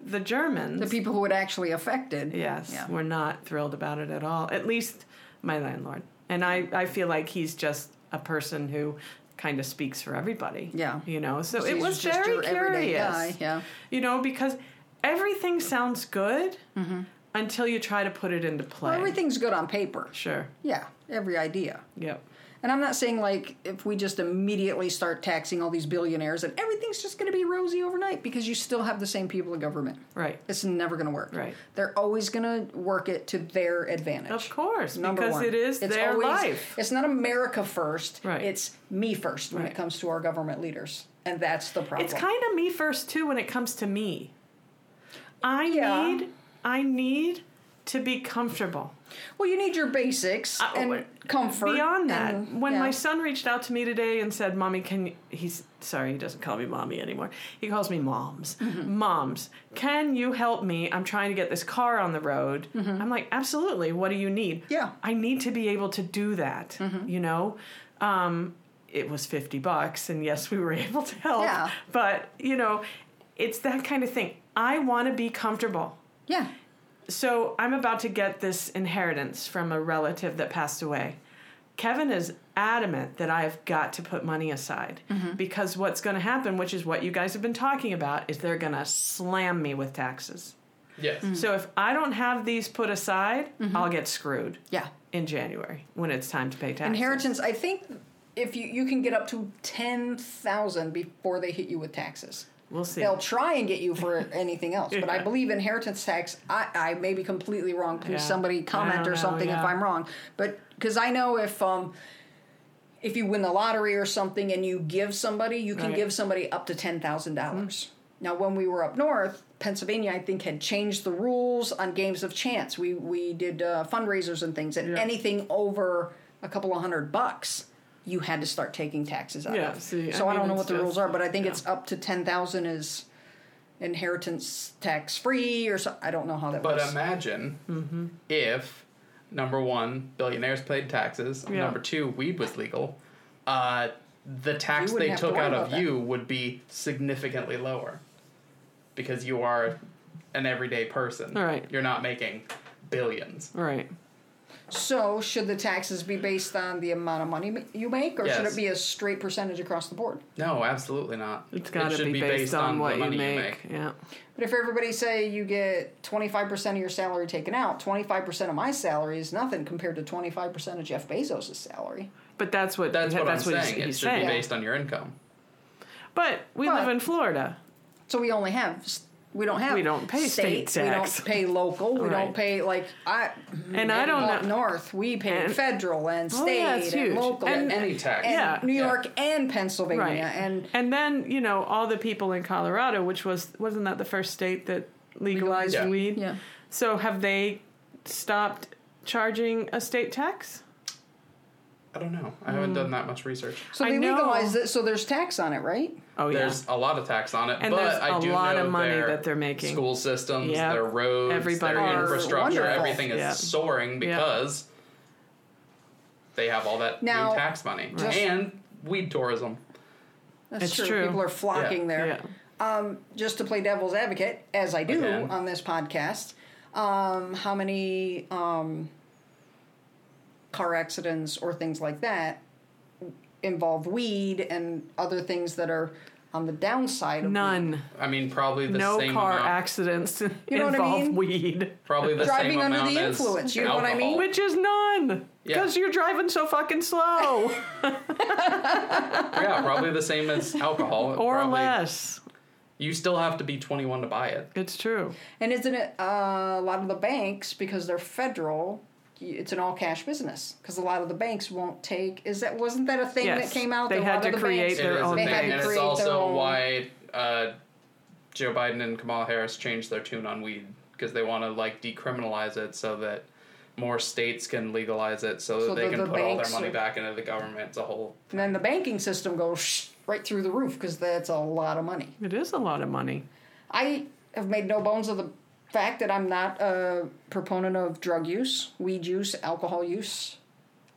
C: the Germans
A: The people who were actually affected.
C: Yes,
A: Yeah.
C: we're not thrilled about it at all. At least my landlord. And I, I feel like he's just a person who kind of speaks for everybody.
A: Yeah.
C: You know, so
A: He's
C: it was
A: just
C: very
A: your everyday
C: curious.
A: guy, yeah.
C: You know, because everything sounds good
A: Mm-hmm.
C: until you try to put it into play.
A: Well, everything's good on paper.
C: Sure.
A: Yeah, every idea.
C: Yep.
A: And I'm not saying like if we just immediately start taxing all these billionaires and everything's just going to be rosy overnight because you still have the same people in government.
C: Right.
A: It's never going to work.
C: Right.
A: They're always going to work it to their advantage.
C: Of course,
A: Number
C: because
A: one.
C: it is
A: It's
C: their
A: always-
C: life.
A: It's not America first.
C: Right.
A: It's me first when
C: Right.
A: it comes to our government leaders, and that's the problem.
C: It's kind of me first too when it comes to me. I
A: Yeah.
C: need I need to be comfortable.
A: well, you need your basics
C: I- oh,
A: and comfort.
C: Beyond that,
A: and-
C: when
A: yeah.
C: my son reached out to me today and said, "Mommy, can you, he's sorry he doesn't call me mommy anymore. He calls me moms.
A: Mm-hmm.
C: Moms, can you help me? I'm trying to get this car on the road." I'm like, "Absolutely. What do you need?"
A: Mm-hmm. Yeah. Mm-hmm.
C: I need to be able to do that. You know, um, it was fifty bucks, and yes, we were able to help.
A: Yeah.
C: But you know, it's that kind of thing. I want to be comfortable.
A: yeah,
C: So I'm about to get this inheritance from a relative that passed away. Kevin is adamant that I have got to put money aside
A: Mm-hmm.
C: because what's going to happen, which is what you guys have been talking about, is they're going to slam me with taxes.
B: Yes.
A: Mm-hmm.
C: So if I don't have these put aside, I'll get screwed
A: yeah.
C: in January when it's time to pay taxes.
A: Inheritance. I think if you you can get up to ten thousand before they hit you with taxes.
C: We'll see.
A: They'll try and get you for anything else, but I
C: Yeah.
A: believe inheritance tax. I, I may be completely wrong. Please,
C: Yeah. I
A: somebody
C: don't
A: comment
C: know,
A: or something
C: yeah.
A: if I'm wrong. But because I know if um, if you win the lottery or something and you give somebody, you can
C: Right. Mm-hmm.
A: give somebody up to ten thousand dollars. Now, when we were up north, Pennsylvania, I think had changed the rules on games of chance. We we did uh, fundraisers and things, and
C: Yeah.
A: anything over a couple of hundred bucks, you had to start taking taxes out
C: Yeah,
A: of.
C: see, I
A: so I,
C: mean,
A: don't know
C: it's
A: what the
C: just-
A: rules are, but I think it's up to ten thousand is inheritance tax free or so. I don't know how that
B: But
A: works.
B: imagine
C: Mm-hmm.
B: if number one, billionaires paid taxes. and
C: Yeah.
B: Number two, weed was legal. Uh, the tax
A: You wouldn't
B: they
A: have to
B: took
A: worry
B: out
A: about
B: of
A: that.
B: you would be significantly lower because you are an everyday person.
C: All right.
B: You're not making billions.
C: All right.
A: so should the taxes be based on the amount of money ma- you make, or should
B: Yes.
A: it be a straight percentage across the board?
B: No, absolutely not.
C: It's
B: It
C: got to
B: should
C: be, based, on, what you make. Yeah.
A: But if everybody say you get 25% of your salary taken out, 25% of my salary is nothing compared to 25% of Jeff Bezos' salary.
C: But that's what
B: That's what I'm
C: he's-
B: saying.
C: he's,
B: it should
C: saying.
B: be based on your income.
C: But we
A: But-
C: live in Florida.
A: So we only have we don't have
C: We don't pay state tax.
A: We don't pay local. We
C: Right.
A: don't pay like I
C: And I don't
A: up
C: know-
A: North. We pay
C: And-
A: federal and
C: Oh,
A: state
C: yeah, it's huge.
A: and local
C: And-
A: and,
B: Any tax.
A: and
C: Yeah.
A: New
B: Yeah.
A: York and Pennsylvania
C: Right.
A: and
C: then, you know, all the people in Colorado, which was wasn't that the first state that legalized
B: Yeah.
C: weed?
A: Yeah.
C: So have they stopped charging a state tax?
B: I don't know. I haven't
C: Mm.
B: done that much research.
A: so
C: I
A: they
C: know.
A: legalized it. So there's tax on it, right?
C: Oh
B: There's a lot of tax on it,
C: And
B: but
C: there's
B: I
C: a
B: do
C: lot
B: know
C: of money
B: their
C: that they're making.
B: School systems,
C: Yep.
B: their roads,
C: Everybody
B: their
C: is-
B: infrastructure,
A: Wonderful.
B: everything is
C: Yep.
B: soaring because they have all that
A: Now-
B: new tax money
A: Just-
B: and weed tourism.
A: That's
C: It's true.
A: People are flocking
B: Yeah.
A: there.
C: yeah.
A: Um, just to play devil's advocate, as I do
B: Again.
A: on this podcast, um, how many um, car accidents or things like that involve weed and other things that are on the downside of weed?
C: None.
B: I mean, probably the
C: no
B: same
C: car
B: amount,
C: accidents
A: know what I
C: involve
A: mean?
C: weed,
B: probably the
A: Driving
B: same
A: under
B: amount
A: the
B: as
A: influence, you know what I
B: alcohol.
A: mean?
C: which is none.
B: Yeah.
C: Because you're driving so fucking slow
B: yeah, probably the same as alcohol
C: or
B: probably-
C: less.
B: You still have to be 21 to buy it.
C: It's true.
A: And isn't it uh, a lot of the banks because they're federal? It's an all cash business because a lot of the banks won't take. Is that wasn't that a thing
C: Yes.
A: that came out?
C: They
A: that a
C: had
A: lot
C: to
A: of the
C: create
A: banks,
B: It is
C: their own
B: a thing,
A: bank.
B: and it's
A: Create their
B: also
A: own-
B: why uh, Joe Biden and Kamala Harris changed their tune on weed because they want to like decriminalize it so that more states can legalize it so,
A: So
B: that they
A: the-
B: can
A: the
B: put all their
A: banks
B: money
A: are-
B: back into the government as a whole.
A: and then the banking system goes right through the roof because that's a lot of money.
C: It is a lot of money.
A: I have made no bones of the fact that I'm not a proponent of drug use, weed use, alcohol use.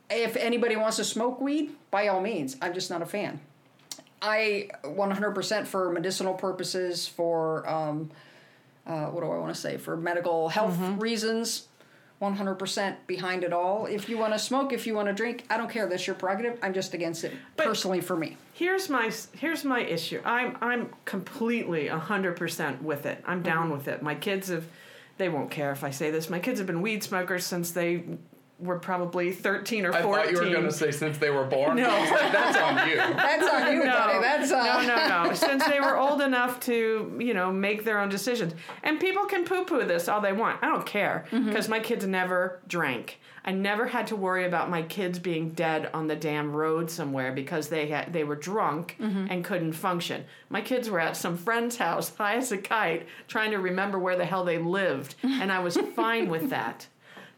A: If anybody wants to smoke weed, by all means, I'm just not a fan. I 100% for medicinal purposes, for um, uh, what do I want to say, for medical health
C: Mm-hmm.
A: reasons. 100% behind it all. If you want to smoke, if you want to drink, I don't care. That's your prerogative. I'm just against it
C: But-
A: personally for me.
C: Here's my here's my issue. I'm I'm completely 100% with it. I'm
B: Mm-hmm.
C: down with it. My kids have they won't care if I say this. My kids have been weed smokers since they were probably 13 or
B: I
C: 14.
B: thought you were going to say since they were born.
C: No.
B: I was like, that's on you.
A: That's on you, Tony. That's on.
C: no, no, no. Since they were old enough to, you know, make their own decisions. And people can poo poo this all they want. I don't care
B: Mm-hmm.
C: because my kids never drank. I never had to worry about my kids being dead on the damn road somewhere because they had they were drunk
B: Mm-hmm.
C: and couldn't function. My kids were at some friend's house, high as a kite, trying to remember where the hell they lived, and I was fine with that.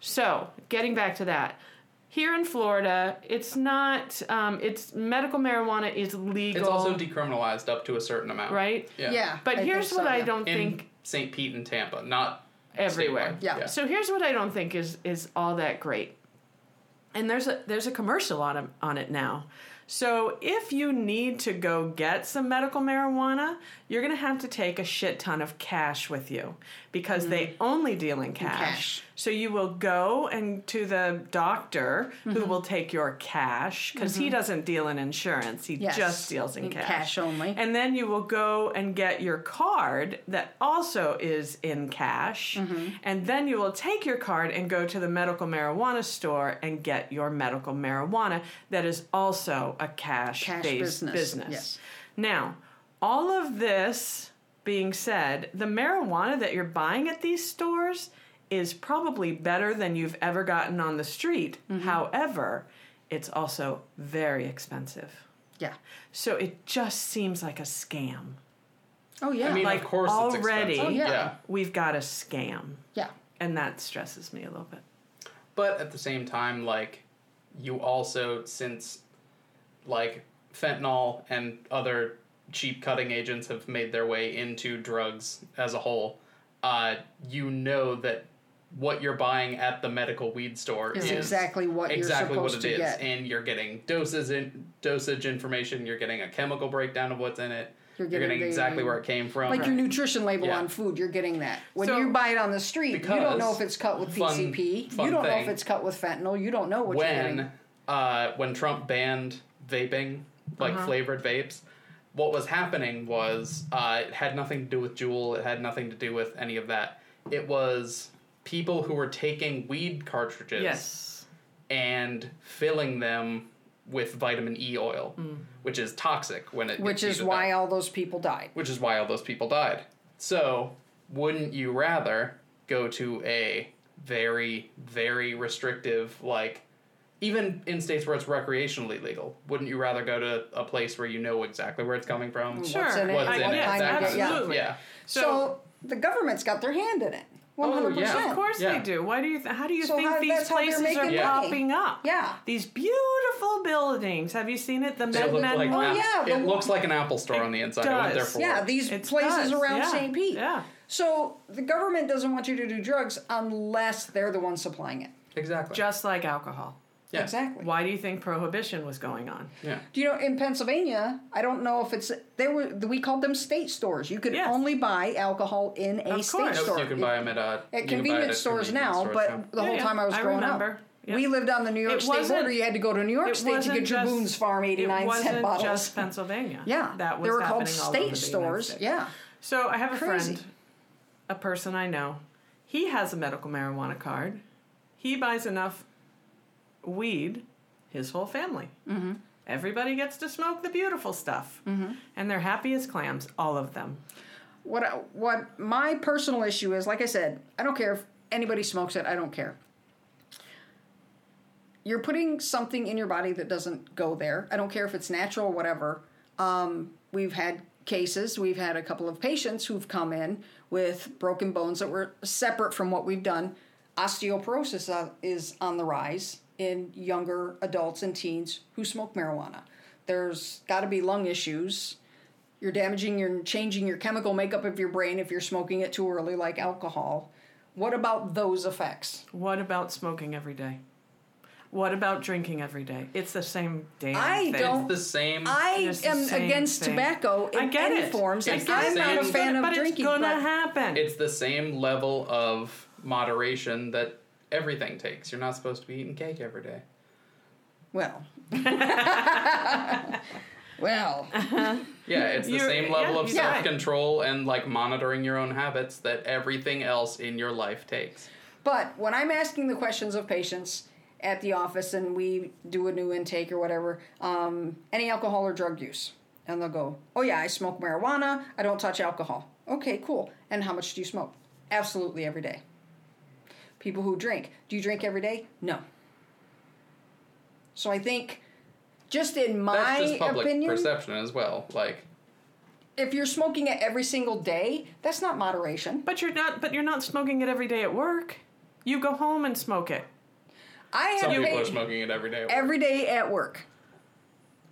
C: So, getting back to that, here in Florida, it's not. Um, it's medical marijuana is legal,
B: It's also decriminalized up to a certain amount.
C: right?
B: Oh, Yeah.
A: Yeah.
C: But
A: I
C: here's
A: think so,
C: what I
A: yeah.
C: don't
B: In
C: think
B: St. Pete and Tampa, not
C: everywhere.
B: statewide.
A: Yeah.
C: So here's what I don't think is is all that great. And there's a there's a commercial on it, on it now. So if you need to go get some medical marijuana, you're going to have to take a shit ton of cash with you because they only deal in cash.
A: Mm-hmm. cash.
C: So you will go and to the doctor who
A: Mm-hmm.
C: will take your cash because he doesn't deal in insurance. He
A: Yes.
C: just deals in
A: In
C: cash.
A: cash only.
C: And then you will go and get your card that also is in cash.
A: Mm-hmm.
C: And then you will take your card and go to the medical marijuana store and get your medical marijuana that is also a cash,
A: Cash
C: based business.
A: business, yes.
C: Now, all of this being said, the marijuana that you're buying at these stores is probably better than you've ever gotten on the street.
A: Mm-hmm.
C: However, it's also very expensive.
A: Yeah.
C: So it just seems like a scam.
A: Oh yeah.
B: I mean,
C: Like,
B: of course
C: already-
B: it's
C: Oh,
B: expensive.
A: yeah.
C: We've got a scam.
A: yeah.
C: And that stresses me a little bit.
B: But at the same time, like, you also, since, like, fentanyl and other cheap cutting agents have made their way into drugs as a whole, uh, you know that what you're buying at the medical weed store
A: Is
B: is,
A: exactly what you're
B: exactly what
A: supposed
B: it
A: to
B: is,
A: get.
B: and you're getting doses in dosage information. You're getting a chemical breakdown of what's in it.
A: You're
B: You're
A: getting
B: getting,
A: the-
B: exactly where it came from.
A: Like your nutrition label
B: Yeah.
A: on food, you're getting that. When
C: So-
A: you buy it on the street, you don't know
B: because-
A: if it's cut with
B: fun-
A: PCP.
B: fun
A: you don't know if
B: thing.
A: it's cut with fentanyl. You don't know what you're getting.
B: when uh, when Trump banned vaping, like
A: Uh-huh.
B: flavored vapes, what was happening was uh, it had nothing to do with Juul. It had nothing to do with any of that. It was people who were taking weed cartridges
C: Yes.
B: and filling them with vitamin E oil, which is toxic when it
A: Mm. Which
B: gets
A: is
B: heated
A: why
B: up.
A: all those people died.
B: which is why all those people died. So wouldn't you rather go to a very very restrictive like even in states where it's recreationally legal, wouldn't you rather go to a place where you know exactly where it's coming from?
C: Sure.
A: What's in it?
B: What's
A: I-
B: in it?
A: yeah,
B: Exactly.
A: absolutely.
B: Yeah.
A: So,
C: So-
A: the government's got their hand in it. One
B: Oh,
A: hundred
B: yeah.
A: percent.
C: Of course
B: Yeah.
C: they do. Why do you? Th- how do you
A: So
C: think
A: how-
C: these
A: that's how they're
C: places are
A: making
B: Yeah.
A: money.
C: popping up?
A: Yeah.
C: These beautiful buildings. Have you seen it? The
B: They
C: Med
B: look
C: Men
B: like
C: one.
B: apps.
A: Oh, yeah, the-
B: it looks like an Apple store on the inside. I went there
C: does.
B: for
A: Yeah,
B: it.
A: these
C: It's
A: places
C: us,
A: around
C: yeah,
A: St. Pete.
C: yeah.
A: So the government doesn't want you to do drugs unless they're the ones supplying it.
B: exactly.
C: Just like alcohol.
B: yeah.
A: Exactly.
C: Why do you think prohibition was going on?
B: Yeah.
A: Do you know in Pennsylvania? I don't know if it's they were we called them state stores. You could
C: Yes.
A: only buy alcohol in a
C: Of
A: state
C: course.
B: No,
A: store.
B: you can buy them at, uh, you
A: at
B: can buy it at
A: convenience stores
B: convenience
A: now,
B: stores
A: but
B: now.
A: the
C: Yeah,
A: whole
C: yeah.
A: time I was
C: I
A: growing up,
C: remember. Yeah.
A: we lived on the New York
C: It
A: State
C: wasn't-
A: border. You had to go to New York
C: It
A: State to
C: wasn't
A: get your
C: just-
A: Boone's Farm eighty
C: It
A: nine
C: wasn't
A: cent bottles.
C: just Pennsylvania.
A: yeah,
C: that was
A: they were called
C: happening all over the
A: state
C: United
A: stores.
C: States.
A: Yeah,
C: So I have a
A: Crazy.
C: friend, a person I know. He has a medical marijuana card. He buys enough weed, his whole family. Mm-hmm. Everybody gets to smoke the beautiful stuff. Mm-hmm. And they're happy as clams, all of them.
A: what I, what my personal issue is like i said i don't care if anybody smokes it i don't care you're putting something in your body that doesn't go there i don't care if it's natural or whatever um, we've had cases we've had a couple of patients who've come in with broken bones that were separate from what we've done osteoporosis uh, is on the rise in younger adults and teens who smoke marijuana there's got to be lung issues you're damaging your changing your chemical makeup of your brain if you're smoking it too early like alcohol what about those effects
C: What about smoking every day? What about drinking every day? It's the same damn
A: I
C: thing.
A: don't-
B: It's the same.
A: i
C: Mm, It's the
A: am
C: same
A: against
C: thing.
A: tobacco in
C: I get
A: any
C: it.
A: forms
B: I
A: and
B: get
A: i'm
B: it.
A: not a
B: It's
A: fan
C: but
A: of
C: it's
A: drinking
C: gonna
A: but
C: happen.
B: it's the same level of moderation that everything takes. You're not supposed to be eating cake every day.
A: well well
B: Yeah, it's the
C: You're-
B: same level
C: yeah,
B: of
C: you're right.
B: self control and like monitoring your own habits that everything else in your life takes.
A: But when I'm asking the questions of patients at the office and we do a new intake or whatever, um, any alcohol or drug use, and they'll go, "Oh yeah, I smoke marijuana. I don't touch alcohol." Okay, cool. And how much do you smoke? Absolutely every day. People who drink, do you drink every day? No. So I think, just in my
B: That's just public
A: opinion,
B: perception as well. Like,
A: if you're smoking it every single day, that's not moderation.
C: but you're not but you're not smoking it every day at work. You go home and smoke it.
A: I have
B: some people
A: pa-
B: are smoking it every day. at work.
A: every day at work.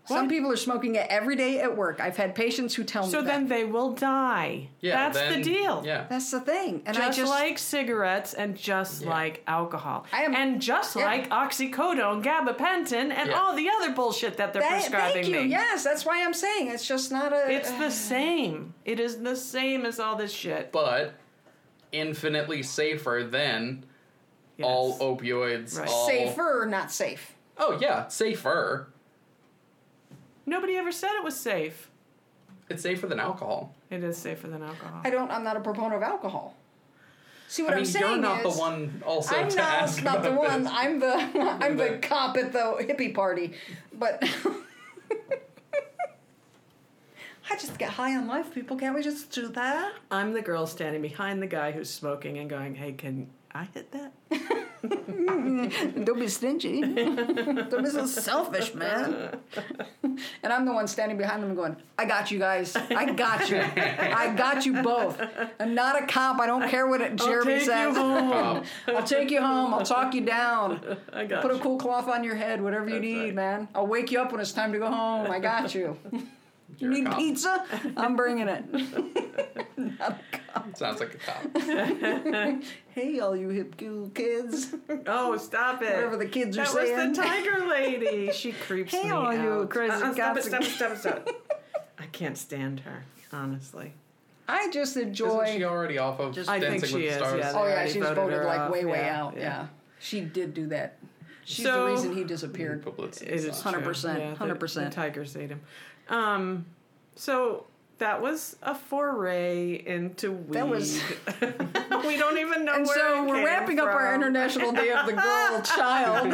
A: Some
C: What?
A: people are smoking it every day at work. I've had patients who tell
C: So
A: me
C: then
A: that.
C: they will die.
B: yeah,
C: That's
B: then-
C: the deal.
B: Yeah.
A: That's the thing, and I
C: Just,
A: just
C: like cigarettes and just
B: Yeah.
C: like alcohol.
A: I am-
C: and just
A: yeah.
C: like oxycodone, gabapentin, and
B: Yeah.
C: all the other bullshit that they're
A: That-
C: prescribing
A: Thank you.
C: me.
A: Yes, that's why I'm saying it's just not a.
C: It's the same. It is the same as all this shit.
B: But infinitely safer than all
C: Yes.
B: opioids.
C: Right.
B: all-
A: safer, not safe.
B: Oh, yeah, safer.
C: Nobody ever said it was safe.
B: It's safer than alcohol.
C: It is safer than alcohol.
A: I don't. I'm not a proponent of alcohol. See what
B: I mean,
A: am saying
B: you're not
A: is,
B: the one also
A: I'm
B: to
A: not,
B: ask
A: not the
B: about
A: one.
B: this.
A: I'm the I'm the
B: the-
A: cop at the hippie party, but. I just get high on life, people. Can't we just do that?
C: I'm the girl standing behind the guy who's smoking and going, "Hey, can I hit that?"
A: Don't be stingy. Don't be so selfish, man. And I'm the one standing behind them and going, I got you guys. I got you. I got you both. I'm not a cop. I don't care what it, Jeremy
C: take you
A: says.
B: Um,
A: I'll take you home. I'll talk you down.
C: I got
A: Put a
C: you.
A: cool cloth on your head, whatever you
C: That's
A: need,
C: right.
A: man. I'll wake you up when it's time to go home. I got you. You
B: You're a
A: need
B: cop.
A: pizza? I'm bringing it.
B: Sounds like a cop.
A: hey, all you hip cool kids.
C: Oh, stop it.
A: Whatever the kids are
C: that
A: saying.
C: was the tiger lady. She creeps
A: Hey,
C: me
A: all
C: out.
A: you crazy
C: Uh-uh, stop it,
A: gossip-
C: stop it, stop it, stop it. I can't stand her, honestly.
A: I just
B: Isn't she
A: enjoy.
B: already off of
C: I think
B: Dancing with
C: she
B: the
C: is,
B: Stars?
C: yeah.
A: Oh yeah,
C: already
A: she's
C: voted
A: voted,
C: her
A: like
C: off.
A: way way
C: Yeah,
A: out.
C: yeah.
A: Yeah. she did do that. She's
C: So-
A: the reason he disappeared.
B: Publicity
C: It is
B: sucks.
C: true.
A: 100%,
C: Yeah, the-
A: 100%.
C: The tigers ate him. Um, so that was a foray into weed.
A: That was-
C: we don't even know
A: And
C: where.
A: so
C: it
A: we're
C: came
A: wrapping up our
C: from.
A: International Day of the Girl Child.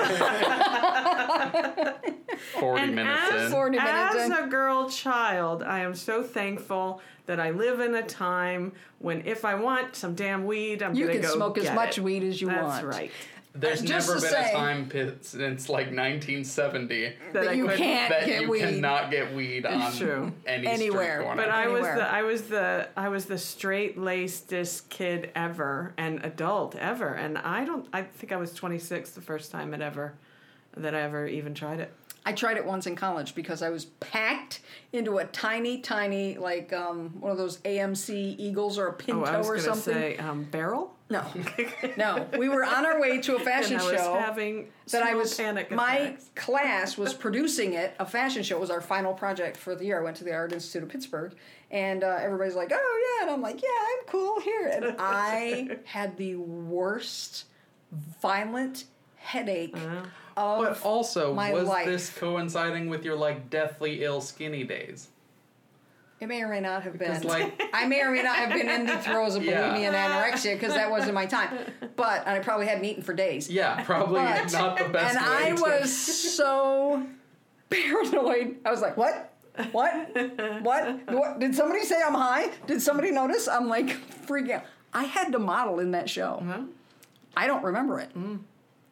B: Forty
C: And
B: minutes
C: as,
B: in.
A: 40 minutes
C: as
A: in.
C: a girl child, I am so thankful that I live in a time when, if I want some damn weed, I'm
A: You
C: gonna
A: can
C: go
A: smoke as
C: get
A: much
C: it.
A: weed as you
C: That's
A: want.
C: right.
B: There's
A: Just
B: never
A: to
B: been
A: say-
B: a time pi- since like 1970
A: But
C: I
A: you
C: could-
A: can't
B: that
A: get
B: you
A: weed.
B: cannot get weed on
C: true.
B: any
A: Anywhere.
B: Street corner.
C: But I was
A: Anywhere.
C: the I was the I was the straight lacedest kid ever and adult ever, and I don't I think I was 26 the first time it ever that I ever even tried it.
A: I tried it once in college because I was packed into a tiny, tiny, like um, one of those AMC Eagles or a Pinto
C: Oh, I was
A: or
C: gonna
A: something.
C: say um, barrel.
A: No, no, we were on our way to a fashion
C: and I was
A: show.
C: having
A: that I
C: small
A: was
C: panic
A: my
C: attacks.
A: class was producing it. A fashion show It was our final project for the year. I went to the Art Institute of Pittsburgh, and uh, everybody's like, "Oh yeah," and I'm like, "Yeah, I'm cool here." And I had the worst violent headache
B: Uh-huh. But
A: of
B: also,
A: my
B: was
A: life.
B: this coinciding with your like deathly ill skinny days?
A: It may or may not have been.
B: Because, like-
A: I may or may not have been in the throes of
B: Yeah.
A: bulimia and anorexia because that wasn't my time. But and I probably hadn't eaten for days.
B: Yeah, probably
A: But-
B: not the best.
A: and I
B: way to-
A: was so paranoid. I was like, "What? What? What? What? Did somebody say I'm high? Did somebody notice?" I'm like freaking out. I had to model in that show.
B: Uh-huh.
A: I don't remember it
B: Mm.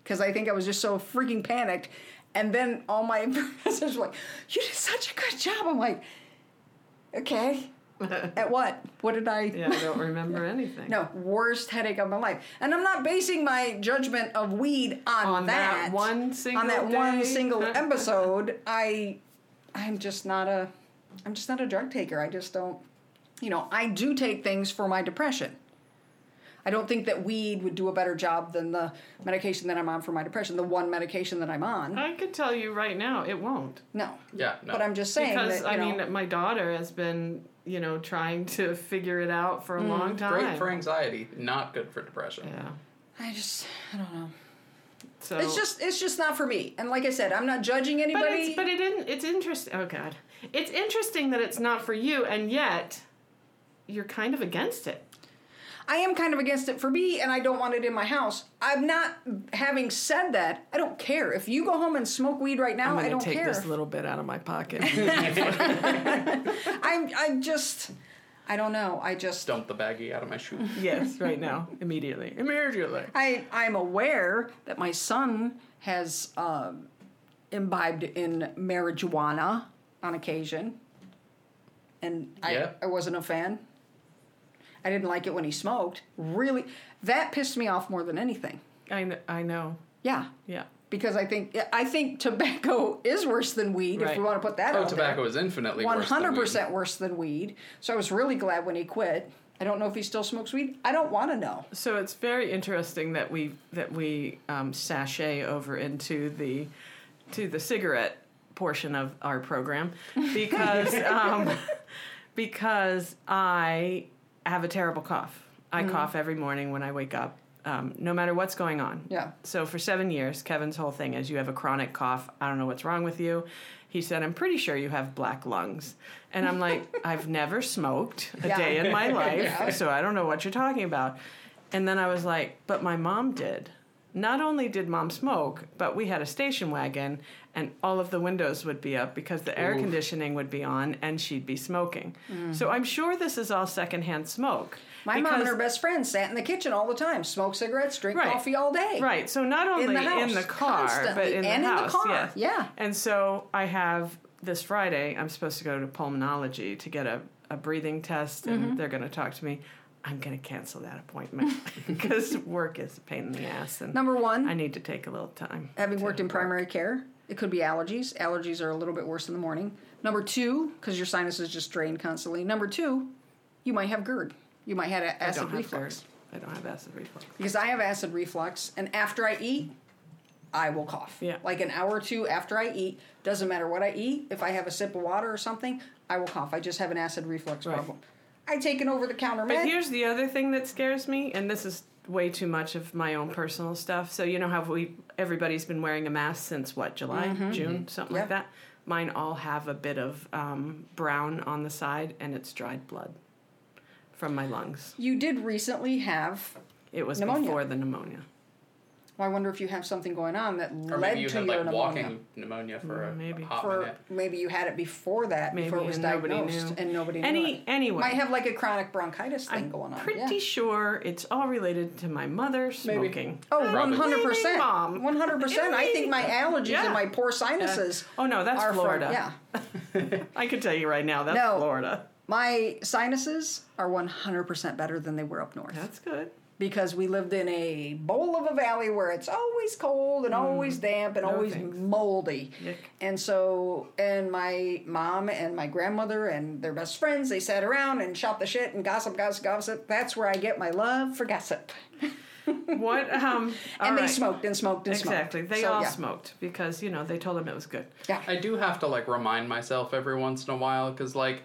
A: because I think I was just so freaking panicked. And then all my professors were like, "You did such a good job." I'm like, "Okay, at what? What did I?"
C: Yeah, I don't remember anything.
A: No, worst headache of my life. And I'm not basing my judgment of weed on,
C: On that one
A: on
C: single
A: that one
C: day.
A: single episode. I I'm just not a I'm just not a drug taker. I just don't you know, I do take things for my depression. I don't think that weed would do a better job than the medication that I'm on for my depression, the one medication that I'm on.
C: I could tell you right now, it won't.
A: No.
B: Yeah, no.
A: But I'm just saying
C: because
A: that, you
C: I
A: know,
C: mean, my daughter has been, you know, trying to figure it out
A: Mm,
C: for a long time.
B: great for anxiety, not good for depression.
C: Yeah.
A: I just I don't know.
C: So
A: It's just it's just not for me. And like I said, I'm not judging anybody.
C: but it's but it didn't. It's interesting. Oh God, it's interesting that it's not for you, and yet you're kind of against it.
A: I am kind of against it for me, and I don't want it in my house. I'm not. Having said that, I don't care if you go home and smoke weed right
C: Oh,
A: now. I don't care.
C: little bit out of my pocket.
A: I'm. I just. I don't know. I just.
B: Dump the baggie out of my shoe.
C: yes, right now, immediately, immediately.
A: I. I'm aware that my son has um, imbibed in marijuana on occasion, and I.
B: Yeah.
A: I wasn't a fan. I didn't like it when he smoked. Really, that pissed me off more than anything.
C: I know. I know.
A: Yeah.
C: Yeah.
A: because I think I think tobacco is worse than weed. If
C: Right.
A: we want to put that
B: Oh,
A: out
B: tobacco is infinitely
A: there,
B: worse
A: one
B: than
A: hundred
B: weed.
A: percent worse than weed. So I was really glad when he quit. I don't know if he still smokes weed. I don't want to know.
C: So it's very interesting that we that we um, sashay over into the to the cigarette portion of our program because um, because I have a terrible cough. I cough every morning when I wake up, um, no matter what's going on.
A: Yeah.
C: So for seven years, Kevin's whole thing is you have a chronic cough. I don't know what's wrong with you. He said, I'm pretty sure you have black lungs. And I'm like, I've never smoked a
A: Yeah.
C: day in my life,
A: Yeah.
C: so I don't know what you're talking about. And then I was like, but my mom did. Not only did mom smoke, but we had a station wagon and all of the windows would be up because the air
B: Oof.
C: conditioning would be on and she'd be smoking. So I'm sure this is all secondhand smoke.
A: Mm. My mom and
C: because-
A: her best friend sat in the kitchen all the time, smoked cigarettes, drink
C: Right.
A: coffee all day.
C: Right. So not only in the,
A: house,
C: car, but
A: constantly,
C: in
A: and
C: the
A: in the
C: house.
A: car,
C: yes.
A: yeah.
C: And so I have this Friday. I'm supposed to go to pulmonology to get a, a breathing test, and
A: Mm-hmm.
C: they're going to talk to me. I'm going to cancel that appointment because work is a pain in the ass, and
A: Number one,
C: I need to take a little time.
A: having
C: to
A: worked in
C: work.
A: primary care, It could be allergies. Allergies are a little bit worse in the morning. Number two, because your sinuses just drain constantly. Number two, you might have GERD. You might have a-
C: I
A: acid
C: don't have GERD.
A: reflux.
C: I don't have acid reflux.
A: Because I have acid reflux, and after I eat, I will cough.
C: Yeah.
A: Like an hour or two after I eat, doesn't matter what I eat. If I have a sip of water or something, I will cough. I just have an acid reflux
C: Right.
A: problem. I take an over the counter
C: But
A: med.
C: here's the other thing that scares me, and this is way too much of my own personal stuff. So you know how we everybody's been wearing a mask since what July, June, something like
A: Mm-hmm. Yeah.
C: that. Mine all have a bit of um, brown on the side, and it's dried blood from my lungs.
A: you did recently have.
C: It was
A: Pneumonia.
C: before the pneumonia.
A: Well, I wonder if you have something going on that
B: Or
A: led
B: maybe you
A: to
B: had
A: your
B: like
A: pneumonia.
B: walking pneumonia for a
C: Mm, maybe.
B: hot
A: For
B: minute.
A: maybe you had it before that, before
C: Maybe,
A: it was
C: and nobody
A: diagnosed,
C: knew.
A: and nobody knew.
C: Any-
A: it.
C: anyway.
A: might have like a chronic bronchitis thing
C: I'm
A: going on.
C: pretty
A: yeah.
C: sure it's all related to my mother
B: Maybe.
C: smoking.
A: Oh,
B: Probably.
A: 100%.
C: Mom.
A: 100%. I think my allergies
C: Yeah.
A: and my poor
C: Uh,
A: sinuses
C: oh no, that's
A: are from-
C: Florida.
A: yeah.
C: I could tell you right now, that's
A: No.
C: Florida.
A: My sinuses are 100% better than they were up north
C: That's good.
A: because we lived in a bowl of a valley where it's always cold and always damp and
C: No
A: always
C: thanks.
A: moldy.
C: Mm. Yuck.
A: And so, and my mom and my grandmother and their best friends, they sat around and shot the shit and gossip, gossip, gossip. That's where I get my love for gossip.
C: What? Um,
A: and they
C: alright.
A: smoked and smoked and smoked.
C: Exactly. They
A: So,
C: all
A: yeah.
C: smoked because, you know, they told him it was good.
A: Yeah.
B: I do have to like remind myself every once in a while because like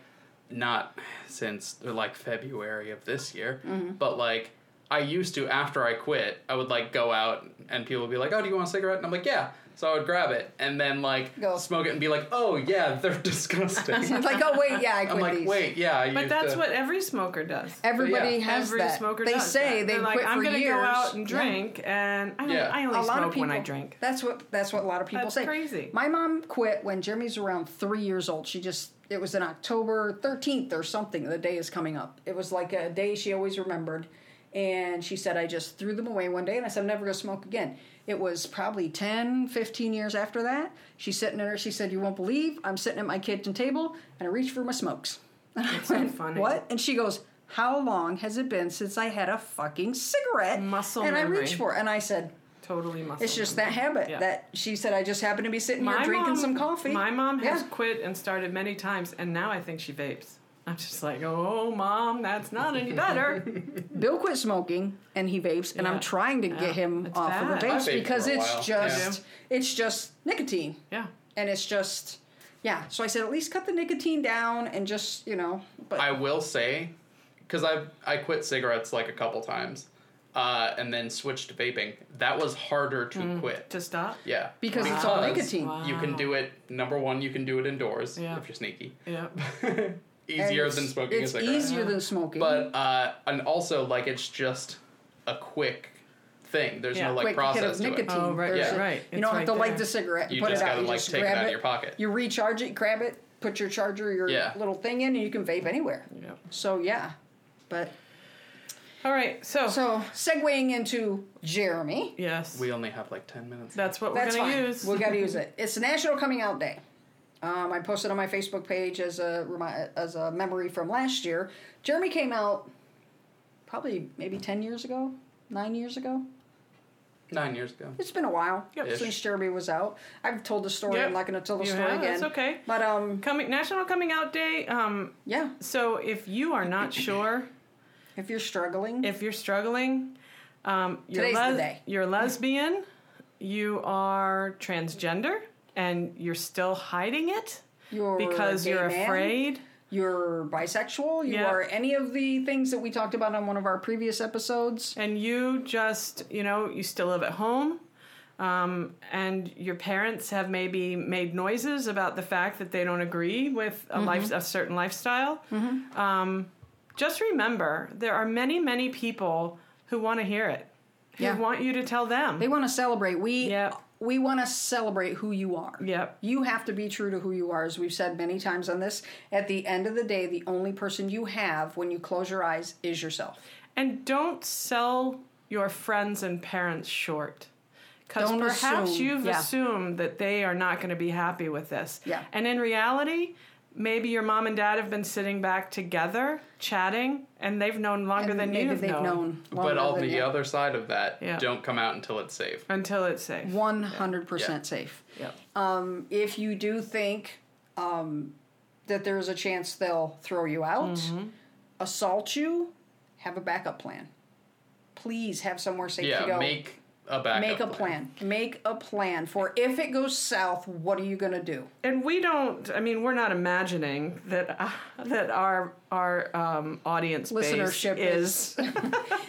B: not since like February of this year, but like I used to after I quit, I would like go out and people would be like, "Oh, do you want a cigarette?" And I'm like, "Yeah." So I would grab it and then like
A: Go.
B: smoke it and be like, "Oh yeah, they're disgusting."
A: It's like, oh, wait, yeah, I quit
B: I'm like,
A: these.
B: "Wait, yeah." I
C: But
B: used
C: that's
B: to-
C: what every smoker does.
A: Everybody
B: Yeah.
A: has
C: every
A: that.
C: smoker
A: they
C: does.
A: say
C: that.
A: they
C: They're
A: quit
C: like, I'm
A: for
C: gonna
A: years.
C: go out and
A: Yeah.
C: drink, and I, don't,
B: Yeah.
C: I only
A: a lot
C: smoke
A: of people
C: when I drink.
A: That's what that's what a lot of people
C: That's
A: say.
C: crazy.
A: My mom quit when Jeremy's around three years old. She just it was in October thirteenth or something. The day is coming up. It was like a day she always remembered. And she said, I just threw them away one day and I said, I'm never going to smoke again. It was probably 10, 15 years after that. She's sitting there. She said, You won't believe. I'm sitting at my kitchen table and I reached for my smokes. And I
C: That's so
A: went,
C: funny.
A: What? And she goes, How long has it been since I had a fucking cigarette?
C: Muscle
A: And I
C: memory.
A: reached for it. And I said,
C: Totally muscle.
A: it's just that habit
C: Yeah.
A: that she said. I just happened to be sitting here drinking
C: mom-
A: some coffee.
C: My mom has
A: Yeah.
C: quit and started many times, and now I think she vapes. I'm just like, oh, mom, that's not any better.
A: Bill quit smoking and he vapes, and
C: Yeah.
A: I'm trying to
C: Yeah.
A: get him
C: It's
A: off of
C: bad.
A: the
C: I
A: vapes
B: vaped
A: because
B: for a
A: it's
B: while.
A: just it's just nicotine,
C: yeah.
A: and it's just yeah. So I said at least cut the nicotine down and just you know. But
B: I will say, because I I quit cigarettes like a couple times, uh, and then switched to vaping. That was harder to quit.
C: To stop?
B: Yeah,
A: Mm. because it's all
B: because
A: nicotine,
C: Wow.
B: You can do it. Number one, you can do it indoors
C: Yeah.
B: if you're sneaky.
C: Yeah.
A: and
B: easier
A: it's-
B: than smoking
A: It's
B: a cigarette.
A: easier than smoking.
B: But uh, and also like it's just a quick thing. There's
C: Yeah.
B: no like
A: quick hit of
B: process to
A: nicotine.
B: it.
C: Oh, right,
A: There's
B: yeah,
A: a-
C: right.
A: You
C: It's
A: don't
C: right
A: have to light
C: there.
A: the cigarette and
B: You
A: put
B: just
A: it out.
B: gotta,
A: you
B: like,
A: just
B: take it
A: grab
B: out of your pocket.
A: You recharge it, grab it, put your charger, your
B: Yeah.
A: little thing in, and you can vape anywhere.
C: yeah.
A: So yeah, but
C: All right. So,
A: So, segueing into Jeremy,
C: yes.
B: We only have like ten minutes.
C: that's what
A: that's
C: we're going
A: fine.
C: to use.
A: We got to use it. It's National Coming Out Day. Um, I posted on my Facebook page as a remi- as a memory from last year. Jeremy came out probably maybe ten years ago, nine years ago.
B: Nine years ago.
A: It's been a while
C: Yep.
B: Ish.
A: since Jeremy was out. I've told the story.
C: Yep.
A: I'm not going to tell the
C: You
A: story
C: have,
A: again.
C: that's okay.
A: But um,
C: Coming National Coming Out Day. Um,
A: yeah,
C: so if you are not sure
A: if you're struggling,
C: if you're struggling, um, you're,
A: Today's the day.
C: you're lesbian, you are transgender, and you're still hiding it
A: you're
C: because
A: a gay
C: you're
A: man,
C: afraid.
A: You're bisexual. You
C: Yeah.
A: are any of the things that we talked about on one of our previous episodes.
C: and you just you know you still live at home um, and your parents have maybe made noises about the fact that they don't agree with a
A: Mm-hmm.
C: life a certain lifestyle um, just remember there are many many people who want to hear it who
A: Yeah.
C: want you to tell them
A: They want to celebrate. We
C: Yep.
A: we want to celebrate who you are.
C: Yep.
A: You have to be true to who you are, as we've said many times on this. At the end of the day, the only person you have when you close your eyes is yourself.
C: and don't sell your friends and parents short because
A: Don't
C: perhaps
A: assume.
C: you've
A: Yeah.
C: assumed that they are not going to be happy with this
A: Yeah.
C: and in reality maybe your mom and dad have been sitting back together chatting and they've known longer
A: And
C: than
A: maybe
C: you have
A: they've
C: known,
A: known.
B: but
A: longer
B: all
A: than
B: the
A: you.
B: other side of that
C: Yeah.
B: don't come out until it's safe.
C: until it's safe
A: 100%
B: Yeah.
A: safe.
C: yep.
A: Um, if you do think um, that there is a chance they'll throw you out,
C: Mm-hmm.
A: assault you, have a backup plan. Please have somewhere safe to
B: yeah,
A: go.
B: make a backup.
A: Make a plan. Make a plan for if it goes south, what are you going to do?
C: and we don't i mean we're not imagining that uh, that our our um, audience base
A: Listenership
C: is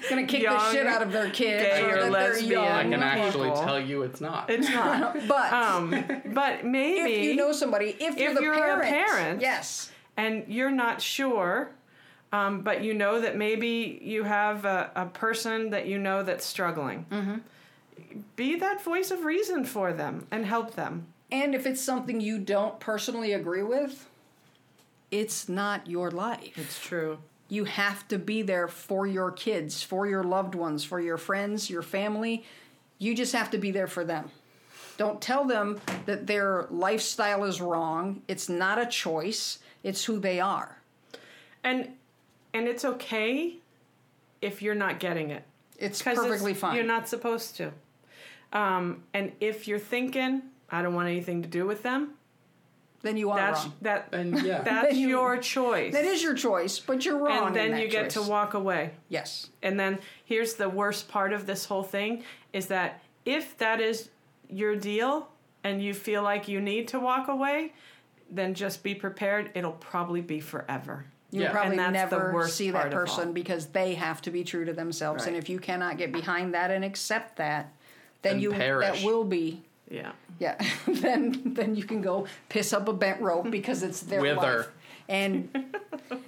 A: Going to kick the
C: Young,
A: shit out of their kids
C: gay
A: or
C: or
A: that
C: lesbian.
A: they're
B: I
A: young.
B: can
C: People.
B: actually tell you it's not.
C: it's not
A: But
C: um, but maybe
A: if you know somebody, if, you're the
C: you're a
A: parent,
C: parent-
A: yes,
C: and you're not sure, um, but you know that maybe you have a, a person that you know that's struggling.
A: Mm-hmm.
C: Be that voice of reason for them and help them.
A: And if it's something you don't personally agree with, it's not your life.
C: It's true.
A: You have to be there for your kids, for your loved ones, for your friends, your family. You just have to be there for them. Don't tell them that their lifestyle is wrong. It's not a choice, it's who they are.
C: And and it's okay if you're not getting it.
A: It's
C: 'Cause
A: perfectly fine.
C: You're not supposed to. Um, and if you're thinking, I don't want anything to do with them,
A: then you are
C: that's
A: wrong.
C: that
B: and yeah,
C: that's
A: you-
C: your choice.
A: That is your choice, but you're
C: and
A: wrong. in
C: then
A: that
C: you get to
A: choice.
C: walk away.
A: Yes.
C: And then here's the worst part of this whole thing is that if that is your deal and you feel like you need to walk away, then just be prepared. It'll probably be forever.
A: You'll
B: Yeah.
A: probably
C: And that's the
A: never
C: worst
A: see that
C: part of all.
A: person because they have to be true to themselves. And
C: Right.
A: if you cannot get behind that and accept that, then
B: Then
A: you
B: perish.
A: that will be
C: Yeah.
A: yeah. then then you can go piss up a bent rope because it's their
B: Wither.
A: life. And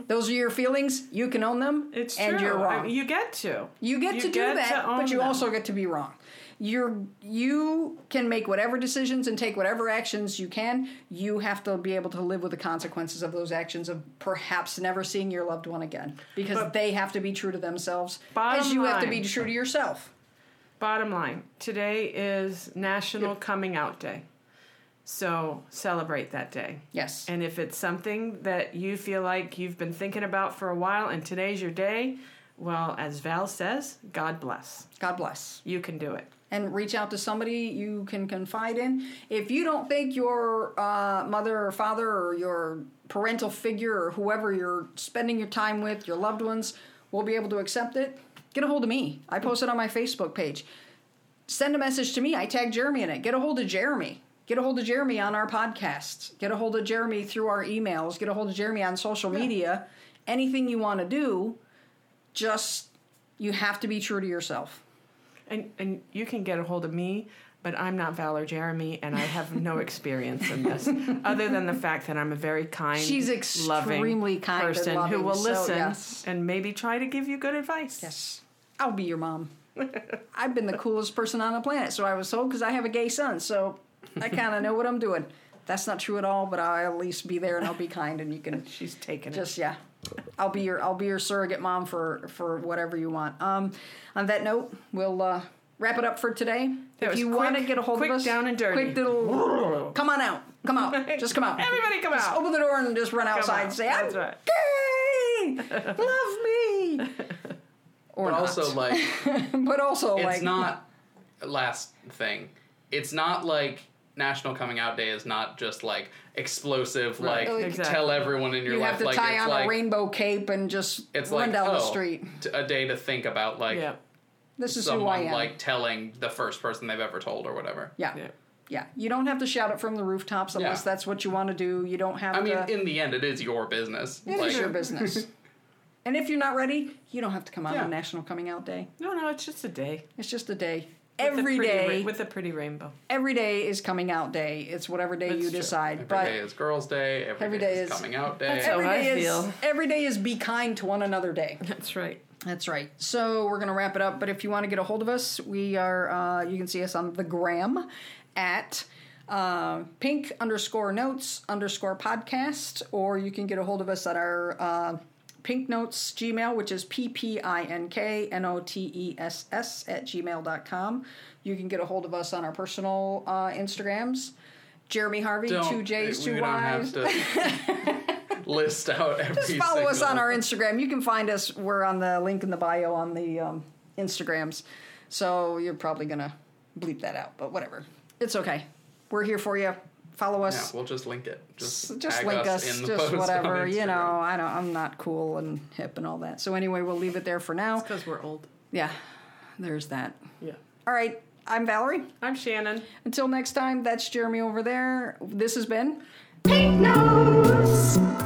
A: those are your feelings. You can own them.
C: It's
A: and
C: true.
A: you're
C: I-
A: wrong. you,
C: you get to.
A: get
C: you
A: to do
C: get
A: that,
C: to own
A: but you
C: them.
A: also get to be wrong. You're you can make whatever decisions and take whatever actions you can. You have to be able to live with the consequences of those actions of perhaps never seeing your loved one again because
C: But-
A: they have to be true to themselves
C: Bottom
A: as you have to
C: line.
A: be true to yourself.
C: Bottom line, today is National Coming Out Day. So celebrate that day.
A: Yes.
C: And if it's something that you feel like you've been thinking about for a while and today's your day, well, as Val says, God bless.
A: God bless.
C: You can do it.
A: and reach out to somebody you can confide in. If you don't think your uh, mother or father or your parental figure or whoever you're spending your time with, your loved ones, will be able to accept it, get a hold of me. I posted on my Facebook page. Send a message to me. I tag Jeremy in it. Get a hold of Jeremy. Get a hold of Jeremy on our podcasts. Get a hold of Jeremy through our emails. Get a hold of Jeremy on social media. Anything you want to do, just you have to be true to yourself.
C: And and you can get a hold of me, but I'm not Val or Jeremy, and I have no experience in this, other than the fact that I'm a very kind,
A: She's extremely
C: loving
A: kind and
C: person who
A: loving,
C: will
A: so
C: listen
A: yes.
C: and maybe try to give you good advice.
A: Yes. I'll be your mom. I've been the coolest person on the planet, so I was told because I have a gay son, so I kind of know what I'm doing. That's not true at all, but I'll at least be there and I'll be kind, and you can
C: she's taken
A: just yeah. I'll be your I'll be your surrogate mom for for whatever you want. Um, on that note, we'll uh, wrap it up for today.
C: That
A: if
C: was
A: you want to
C: quick-
A: get a hold
C: quick
A: of us,
C: down and dirty.
A: quick little, come on out, come out, just come out,
C: Everybody come
A: Just
C: out.
A: open the door and just run outside and
C: out.
A: say, "I'm
C: That's right.
A: gay, love me," or
B: but
A: not.
B: also like
A: but also
B: it's
A: like
B: not last thing. It's not like National Coming Out Day is not just like explosive,
C: Right.
B: like
C: Exactly.
B: tell everyone in your
A: Oh, you
B: life
A: have to
B: like
A: tie
B: it's
A: on
B: like
A: a rainbow cape and just
B: it's
A: run
B: like
A: down
B: oh,
A: the street.
B: t- a day to think about like
C: Yeah.
A: This is who I
B: someone
A: am.
B: like telling the first person they've ever told or whatever.
A: yeah. yeah.
C: Yeah.
A: You don't have to shout it from the rooftops unless
B: Yeah.
A: that's what you want to do. You don't have
B: I mean,
A: to.
B: in the end, it is your business.
A: It is
B: like,
A: your business. and if you're not ready, you don't have to come out
B: Yeah.
A: on National Coming Out Day.
C: No, no, it's just a day.
A: It's just a day.
C: With a
A: Every
C: pretty ra-
A: day,
C: with a pretty rainbow.
A: every day is coming out day. It's whatever day
C: That's
A: you
C: true.
A: decide.
B: Every
A: but
B: day is Girls' Day.
A: Every
B: day,
A: day is-
B: is Coming Out Day.
C: how
A: every
C: I
A: day is
C: feel.
A: every day is be kind to one another day.
C: That's right.
A: That's right. So we're gonna wrap it up. But if you want to get a hold of us, we are. Uh, you can see us on the gram at uh, pink underscore notes underscore podcast, or you can get a hold of us at our uh, pink notes Gmail, which is p p i n k n o t e s s at gmail.com. You can get a hold of us on our personal uh, Instagrams Jeremy Harvey,
B: Don't, eh,
A: two J's,
B: we
A: two
B: don't
A: Y's.
B: have to list out every
A: Just follow us
B: single-
A: on our Instagram. You can find us. We're on the link in the bio on the um, Instagrams. So you're probably gonna bleep that out, but whatever. It's okay. We're here for you. Follow
B: Yeah,
A: us.
B: we'll just link it. Just,
A: just
B: tag
A: link us,
B: in the post
A: just
B: on
A: whatever. You
B: Instagram.
A: know, I don't. I'm not cool and hip and all that. So anyway, we'll leave it there for now.
C: Because we're old.
A: Yeah, there's that.
C: Yeah.
A: All right. I'm Valerie.
C: I'm Shannon.
A: Until next time, that's Jeremy over there. This has been.
D: Pink nose.